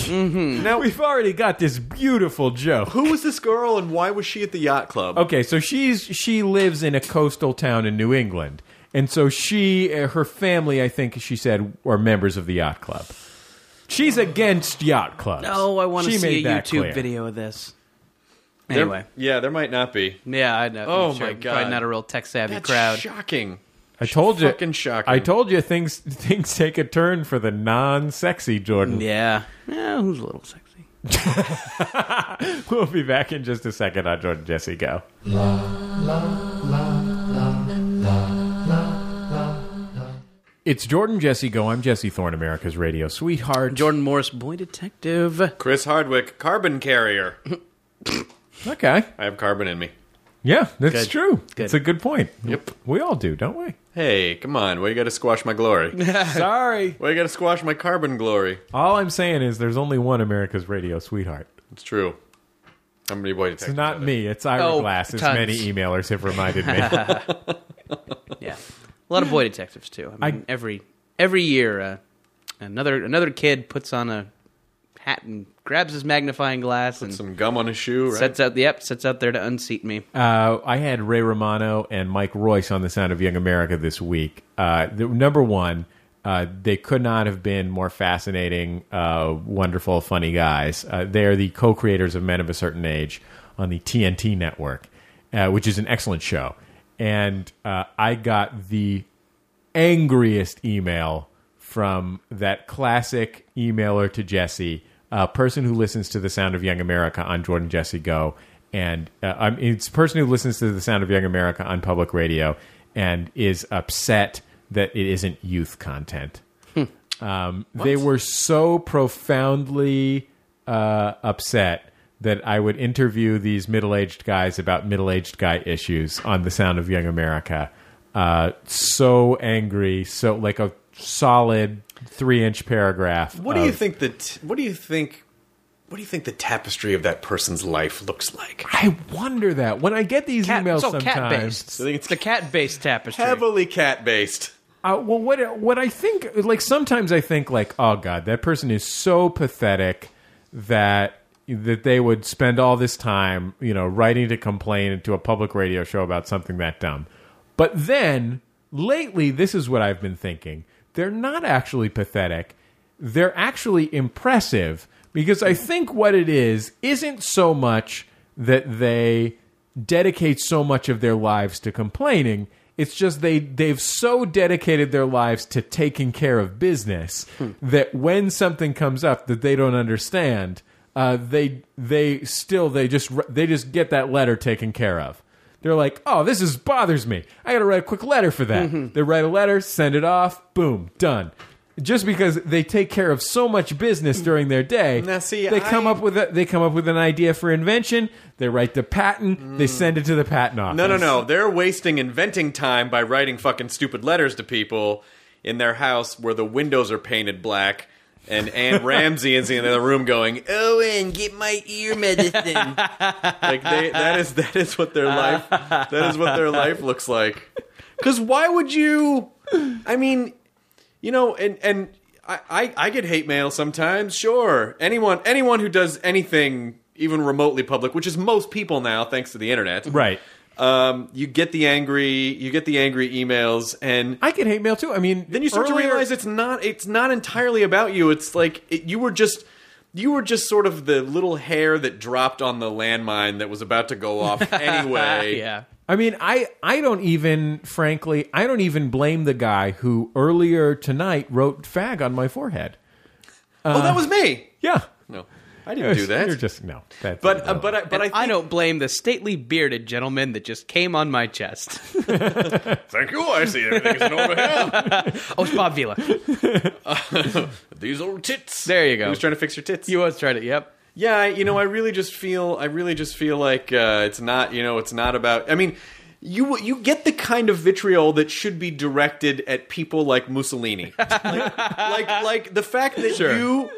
C: Now,
A: [laughs] We've already got this beautiful joke.
C: who was this girl and why was she at the yacht club?
A: Okay, so she's she lives in a coastal town in New England, and so she uh, her family, I think she said, are members of the yacht club. She's against yacht clubs.
B: Oh, I want
A: She
B: to see
A: made
B: a
A: that
B: YouTube
A: clear.
B: video of this.
C: There-
B: Anyway.
C: yeah, there might not be.
B: yeah, I know.
C: Oh,
B: Sure,
C: my God.
B: Probably not a real tech savvy
C: That's
B: crowd.
C: shocking.
A: I told you,
C: Fucking shocking.
A: I told you things [laughs] things take a turn for the non-sexy Jordan.
B: yeah. Yeah, who's a little sexy?
A: We'll be back in just a second on Jordan Jesse Go. It's Jordan Jesse Go. I'm Jesse Thorne, America's radio sweetheart.
B: Jordan Morris, boy detective.
C: Chris Hardwick, carbon carrier. [laughs]
A: Okay.
C: I have carbon in me.
A: Yeah, that's
B: Good.
A: true.
B: Good.
A: It's a good point.
C: Yep.
A: We all do, don't we?
C: Hey, come on. Why you got to squash my [laughs] glory?
A: Sorry.
C: Why you got to squash my carbon glory?
A: All I'm saying is there's only one America's radio sweetheart.
C: It's true. I'm gonna be boy
A: It's
C: detective.
A: not me. It's Ira
B: Oh,
A: Glass, as
B: tons.
A: many emailers have reminded
B: [laughs]
A: me.
B: Yeah, a lot of boy detectives too. I mean, every every year, uh, another another kid puts on a hat and grabs his magnifying glass and
C: Some gum on his shoe, right?
B: sets out. Yep, sets out there to unseat me.
A: uh, I had Ray Romano and Mike Royce on The Sound of Young America this week. Uh, the, number one, uh, they could not have been more fascinating, uh, wonderful, funny guys. Uh, they are the co creators of Men of a Certain Age on the TNT network, uh, which is an excellent show. And uh, I got the angriest email from that classic emailer to Jesse, a person who listens to the Sound of Young America on Jordan Jesse Go, and uh, I'm, it's a person who listens to the Sound of Young America on public radio and is upset that it isn't youth content. Um, they were so profoundly uh, upset that I would interview these middle aged guys about middle aged guy issues on The Sound of Young America. Uh, so angry, so like a solid three inch paragraph.
C: What do you
A: of-
C: think that? What do you think? What do you think the tapestry of that person's life looks like?
A: I wonder that when I get these
B: Cat,
A: emails
B: it's all cat
A: sometimes.
B: based.
C: I think it's
B: It's a cat based tapestry.
C: heavily cat based.
A: Uh, well, what what I think, like sometimes I think, like, oh god, that person is so pathetic that that they would spend all this time, you know, writing to complain to a public radio show about something that dumb. But then lately, this is what I've been thinking: they're not actually pathetic; they're actually impressive because I think what it is isn't so much that they dedicate so much of their lives to complaining. It's just they they've so dedicated their lives to taking care of business that when something comes up that they don't understand, uh, they they still they just they just get that letter taken care of. They're like, oh, this is bothers me. I got to write a quick letter for that.
C: Mm-hmm.
A: They write a letter, send it off, boom, done. Just because they take care of so much business during their day,
C: Mm. Now, see,
A: they come
C: I-
A: up with a, they come up with an idea for invention. They write the patent. They send it to the patent office.
C: Mm. No, no, no. They're wasting inventing time by writing fucking stupid letters to people in their house where the windows are painted black. And Anne Ramsey is in the other room going, Owen, get my ear medicine. like they, that is that is what their life that is what their life looks like. Because why would you? I mean, you know, and and I, I I get hate mail sometimes. Sure, anyone anyone who does anything even remotely public, which is most people now, thanks to the internet,
A: Right.
C: um, you get the angry you get the angry emails and
A: I get hate mail too. I mean,
C: then you start to realize it's not it's not entirely about you it's like it, you were just you were just sort of the little hair that dropped on the landmine that was about to go off
B: [laughs]
C: anyway.
B: yeah.
A: I mean, I, I don't even, frankly, I don't even blame the guy who earlier tonight wrote fag on my forehead.
C: oh,
B: Uh,
C: that was me.
A: Yeah.
C: No, I didn't do that.
A: You're just, no. That's
C: but uh, but I, but I,
B: I don't blame the stately bearded gentleman that just came on my
C: [laughs]
B: chest.
C: thank you. I see everything is an
B: [laughs]
C: overhead.
B: Oh, it's Bob Vila.
C: These old tits.
B: There you go.
C: He was trying to fix your tits.
B: You was tried it. Yep.
C: Yeah, I- you know, I really just feel, I really just feel like uh, it's not, you know, it's not about. I mean, you you get the kind of vitriol that should be directed at people like Mussolini, [laughs] like, like like the fact that
B: Sure.
C: you,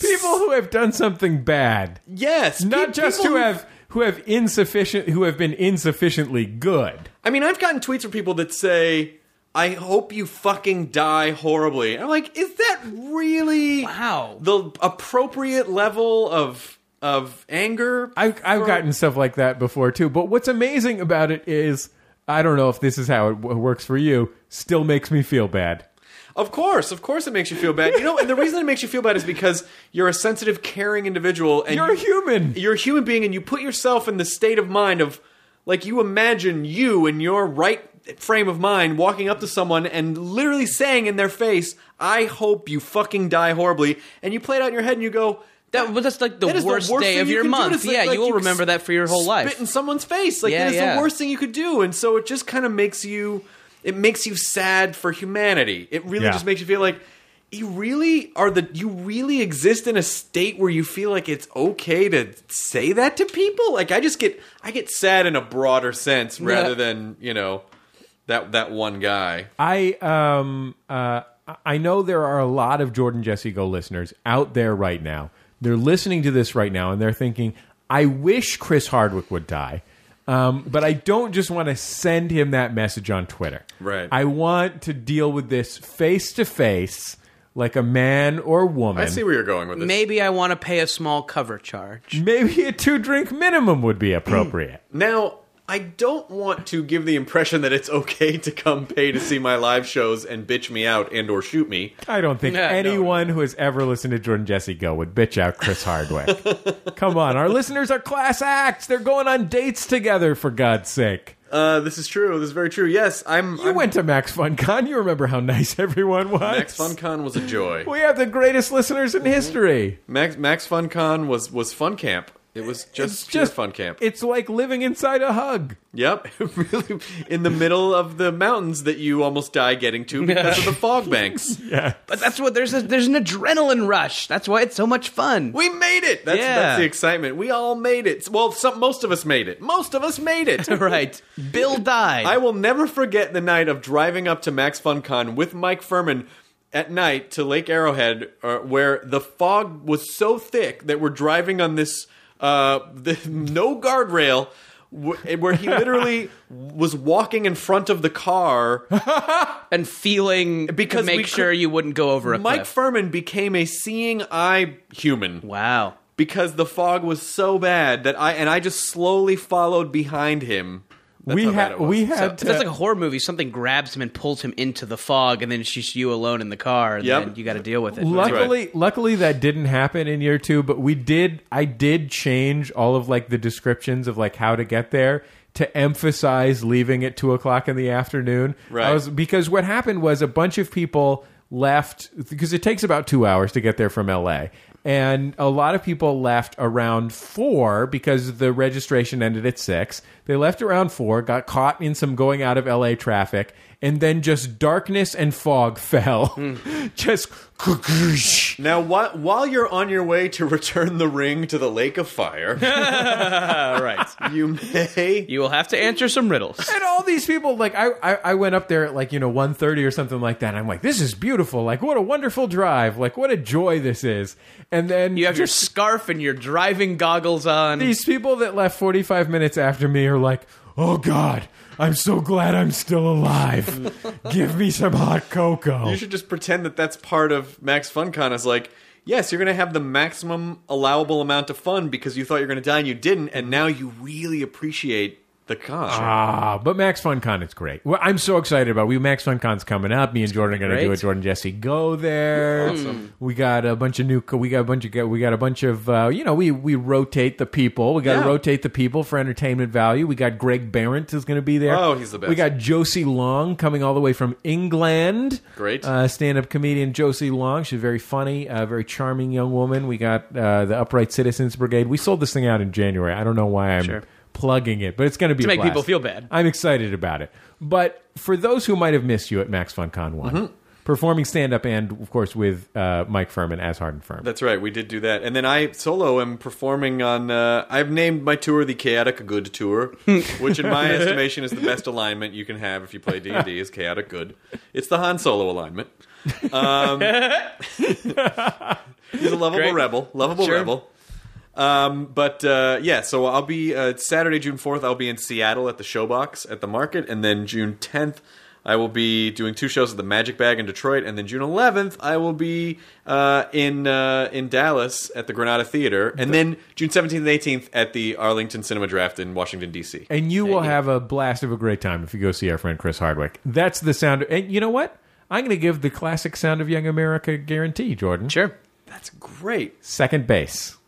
A: people who have done something bad,
C: yes, pe-
A: not just
C: people
A: who have who have insufficient who have been insufficiently good.
C: I mean, I've gotten tweets from people that say, "I hope you fucking die horribly." I'm like, is that really
B: Wow.
C: the appropriate level of of anger?
A: I, I've
C: for-
A: gotten stuff like that before too. But what's amazing about it is, I don't know if this is how it w- works for you. Still makes me feel bad.
C: Of course, of course, it makes you feel bad. You know, and the reason it makes you feel bad is because you're a sensitive, caring individual, and
A: You're a
C: you-
A: human.
C: You're a human being, and you put yourself in the state of mind of like you imagine you in your right frame of mind walking up to someone and literally saying in their face, "I hope you fucking die horribly," and you play it out in your head, and you go. That,
B: Well, that's like the
C: that is
B: worst day
C: thing
B: of
C: you
B: your
C: can do.
B: month.
C: It's like-
B: Yeah,
C: like
B: you will remember
C: s-
B: that for your whole life.
C: Spit in someone's face. Like
B: Yeah,
C: that is
B: yeah.
C: the worst thing you could do. And so it just kind of makes you it makes you sad for humanity. It really
A: Yeah.
C: just makes you feel like you really are the you really exist in a state where you feel like it's okay to say that to people? Like I just get I get sad in a broader sense rather
B: Yeah.
C: than, you know, that that one guy.
A: I um uh I know there are a lot of Jordan Jesse Go listeners out there right now. They're listening to this right now and they're thinking, I wish Chris Hardwick would die. Um, but I don't just want to send him that message on Twitter.
C: Right.
A: I want to deal with this face to face, like a man or woman.
C: I see where you're going with this.
B: Maybe I want to pay a small cover charge.
A: Maybe a two drink minimum would be appropriate.
C: Now, I don't want to give the impression that it's okay to come pay to see my live shows and bitch me out and or shoot me.
A: I don't think
B: Yeah, no,
A: anyone who has ever listened to Jordan Jesse Go would bitch out Chris Hardwick.
C: [laughs]
A: Come on, our listeners are class acts. They're going on dates together, for God's sake.
C: Uh, this is true. This is very true. Yes, I'm.
A: You
C: I'm,
A: went to Max FunCon. You remember how nice [laughs] everyone was.
C: Max Mm-hmm. FunCon was a joy.
A: We have the greatest listeners in history.
C: Max Max FunCon was was fun camp. It was just pure fun camp.
A: It's like living inside a hug.
C: yep, [laughs] really in the middle of the mountains that you almost die getting to because of the fog banks.
B: But that's what there's a, there's an adrenaline rush. That's why it's so much fun.
C: We made it. That's
B: Yeah.
C: that's the excitement. We all made it. Well, some, most of us made it. Most of us made it.
B: right. Bill died.
C: I will never forget the night of driving up to Max FunCon with Mike Furman at night to Lake Arrowhead, uh, where the fog was so thick that we're driving on this uh, [laughs] the, no guardrail. wh- Where he
B: [laughs]
C: literally was walking in front of the car
B: and feeling because
C: Because
B: to make
C: we could-
B: sure you wouldn't go [laughs] over a
C: Mike
B: cliff.
C: Furman became a seeing eye human
B: wow.
C: because the fog was so bad that I and I just slowly followed behind him. That's
A: we
C: how bad
A: had
C: it was.
A: we
B: So
A: had
B: that's
A: uh,
B: like a horror movie. Something grabs him and pulls him into the fog, and then it's just you alone in the car, and
C: Yep.
B: then you got to deal with it.
A: Luckily, luckily that didn't happen in year two. But we did. I did change all of like the descriptions of like how to get there to emphasize leaving at two o'clock in the afternoon.
C: Right.
A: I was because what happened was a bunch of people left because it takes about two hours to get there from L.A. And a lot of people left around four because the registration ended at six. They left around four, got caught in some going out of LA traffic, and then just darkness and fog [laughs] fell.
B: Hmm.
A: just
C: Now, while, while you're on your way to return the ring to the Lake of Fire,
B: All right.
C: you may
B: You will have to answer some riddles.
A: and all these people like I, I i went up there at like you know 1.30 or something like that and i'm like this is beautiful like what a wonderful drive like what a joy this is and then
B: You have your
A: just
B: scarf and your driving goggles on.
A: these people that left 45 minutes after me are like oh god i'm so glad i'm still alive give me some hot cocoa
C: you should just pretend that that's part of Max FunCon. Is like, yes, you're going to have the maximum allowable amount of fun because you thought you were going to die and you didn't, and now you really appreciate The con.
A: Ah, but Max FunCon is great. Well, I'm so excited about. It. We Max FunCon's coming up. Me and Jordan are going to do
C: great.
A: it. Jordan Jesse go there.
C: Awesome.
A: We got a bunch of new. We got a bunch of. We got a bunch of. Uh, you know, we we rotate the people. We got
C: Yeah.
A: to rotate the people for entertainment value. We got Greg Barrett is going to be there.
C: Oh, he's the best.
A: We got Josie Long coming all the way from England.
C: Great.
A: uh, stand-up comedian Josie Long. She's very funny, a very charming young woman. We got uh, the Upright Citizens Brigade. We sold this thing out in January. I don't know why I'm. Plugging it, but it's going to be
B: To
A: a
B: make people
A: blast.
B: feel bad.
A: I'm excited about it. But for those who might have missed you at Max FunCon one,
C: Mhm.
B: Mm-hmm.
A: performing stand up and of course with uh, Mike Furman as Hardin Furman.
C: That's right. We did do that, and then I solo am performing on. Uh, I've named my tour the Chaotic Good Tour, which in my estimation is the best alignment you can have if you play D and D is Chaotic Good. It's the Han Solo alignment. Um, he's a lovable
B: Great.
C: rebel, lovable
B: Sure.
C: rebel. Um, but uh, yeah, so I'll be uh, Saturday, June fourth. I'll be in Seattle at the Showbox at the Market, and then June tenth. I will be doing two shows at the Magic Bag in Detroit, and then June 11th I will be uh, in uh, in Dallas at the Granada Theater, and then June 17th and 18th at the Arlington Cinema Draft in Washington D.C.
A: And you will have a blast of a great time if you go see our friend Chris Hardwick. That's the sound. And you know what? I'm going to give the classic sound of Young America guarantee, Jordan.
B: Sure.
C: That's great.
A: Second base.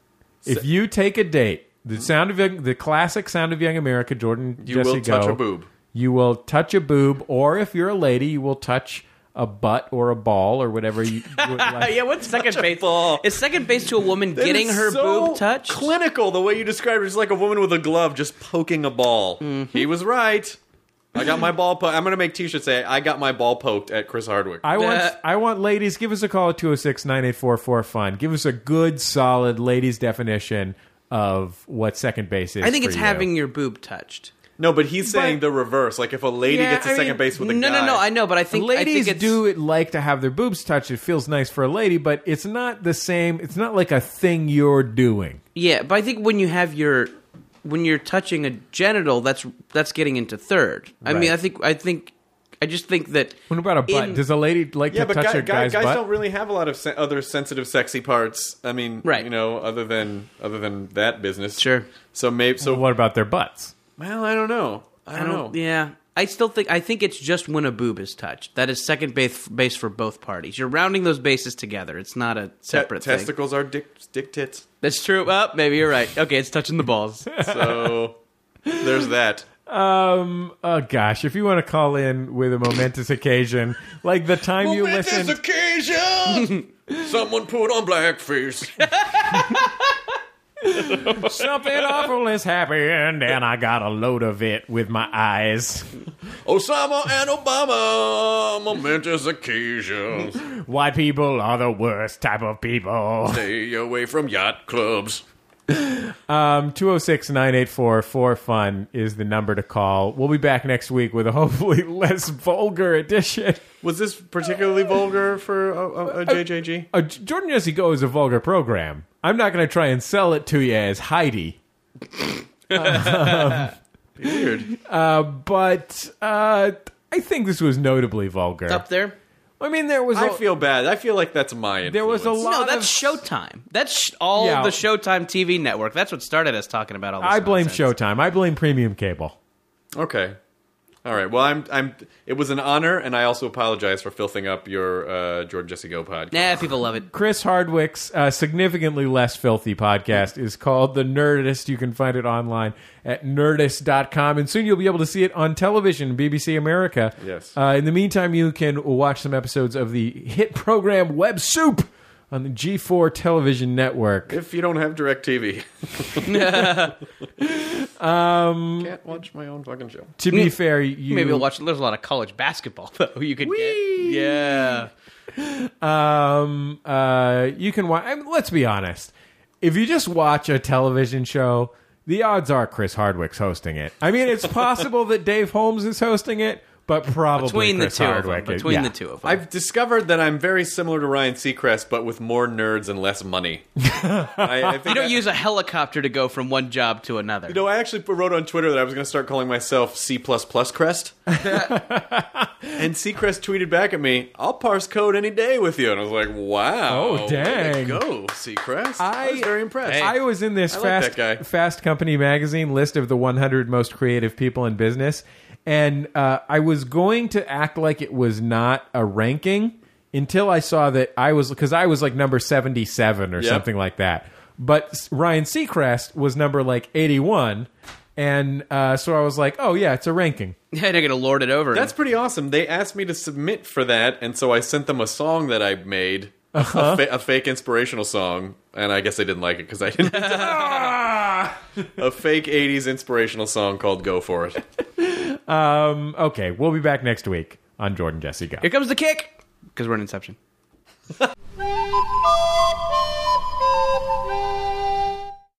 A: If you take a date, the sound of Young- the classic sound of Young America, Jordan.
C: You
A: Jesse
C: will touch
A: Go,
C: a boob.
A: You will touch a boob, or if you're a lady, you will touch a butt or a ball or whatever
B: [laughs]
A: you would like.
B: yeah, what's second base? Is second base to a woman
C: That
B: getting
C: is
B: her
C: so
B: boob touched?
C: Clinical, the way you described it, it's like a woman with a glove just poking a ball.
B: Mm-hmm.
C: He was right. I got my ball. Po- I'm gonna make T-shirts say I got my ball poked at Chris Hardwick.
A: I want I want ladies, give us a call at 206-9844-FUN. Give us a good solid ladies definition of what second base is.
B: I think
A: for
B: it's
A: you.
B: having your boob touched.
C: No, but he's saying the reverse. Like if a lady
B: Yeah,
C: gets to
B: I
C: second
B: mean,
C: base with a
B: no,
C: guy.
B: no, no, I know, but I think- I think
A: ladies
B: it's-
A: do it like to have their boobs touched. It feels nice for a lady, but it's not the same. It's not like a thing you're doing.
B: Yeah, but I think when you have your when you're touching a genital, that's that's getting into third. I mean,
A: Right.
B: I think I think I just think that
A: What about a butt?
B: In-
A: Does a lady like
C: Yeah,
A: to
C: but
A: touch
C: guy,
A: a
C: guy,
A: guy's
C: guys
A: butt?
C: don't really have a lot of se- other sensitive, sexy parts. I mean,
B: Right.
C: You know, other than other than that business.
B: Sure.
C: So maybe so.
A: what about their butts?
C: Well, I don't know. I don't, know.
B: Yeah. I still think I think it's just when a boob is touched. That is second base base for both parties. You're rounding those bases together. It's not a
C: Te-
B: separate thing.
C: testicles are dick, dick tits.
B: That's true. Up, maybe you're right. Okay, it's touching the balls.
C: So there's that.
A: Um. Oh gosh, if you want to call in with a momentous occasion, like the time you listen,
C: [laughs] occasion, someone put on [laughs] blackface.
A: something awful has happened, and I got a load of it with my eyes.
C: Osama and Obama, momentous occasions.
A: White people are the worst type of people.
C: Stay away from yacht clubs.
A: Um, 206-984-4FUN is the number to call. We'll be back next week with a hopefully [laughs] less vulgar edition.
C: Was this particularly vulgar for uh, a, a, a JJG?
A: Uh, J- Jordan Jesse Go is a vulgar program. I'm not going to try and sell it to you as Heidi.
C: Weird.
A: Uh, but uh, I think this was notably vulgar.
B: Up there.
A: I mean, there was
C: I
A: a-
C: feel bad. I feel like that's my. Influence.
A: There was a lot
B: No,
A: of-
B: that's Showtime. That's sh- all
A: Yeah.
B: the Showtime TV network. That's what started us talking about all this.
A: I blame
B: nonsense.
A: Showtime. I blame premium cable.
C: Okay. All right. Well, I'm. I'm. It was an honor, and I also apologize for filthing up your uh, Jordan Jesse Go podcast.
B: Nah, people love it.
A: Chris Hardwick's uh, significantly less filthy podcast is called The Nerdist. You can find it online at nerdist.com, and soon you'll be able to see it on television, BBC America.
C: Yes.
A: Uh, in the meantime, you can watch some episodes of the hit program Web Soup on the G4 television network.
C: If you don't have DirecTV,
A: Um,
C: can't watch my own fucking show.
A: to be fair, you
B: Mm. Maybe we'll watch. There's a lot of college basketball [laughs] though. You could get. Yeah.
A: Um, uh, you can watch. I mean, let's be honest. If you just watch a television show, the odds are Chris Hardwick's hosting it. I mean, it's possible that Dave Holmes is hosting it, but probably
B: Between the
A: Chris
B: two of them,
A: Hardwick.
B: between the two of them.
C: I've discovered that I'm very similar to Ryan Seacrest, but with more nerds and
A: [laughs]
C: less money. I, I
B: you
C: think
B: don't
C: I-
B: use a helicopter to go from one job to another.
C: No, I actually wrote on Twitter that I was going to start calling myself C
A: [laughs]
C: Crest. and C Crest tweeted back at me, "I'll parse code any day with you," and I was like, "Wow,
A: Oh,
C: way to
A: dang.
C: go C Crest!" I, was very impressed.
A: I was in this
C: I like
A: fast
C: that guy.
A: Fast Company magazine list of the 100 most creative people in business, and uh, I was going to act like it was not a ranking until I saw that I was because I was like number 77 or
C: Yep.
A: something like that. But S- Ryan Seacrest was number like 81, and uh, so I was like, oh yeah, it's a ranking.
B: Yeah, [laughs] they're gonna lord it over.
C: That's pretty awesome. They asked me to submit for that, and so I sent them a song that I made, a- a, fa- a fake inspirational song, and I guess they didn't like it because I didn't. [laughs] a fake '80s inspirational song called "Go For It."
A: Um, okay, we'll be back next week on Jordan Jesse Go.
B: Here comes the kick because we're in Inception.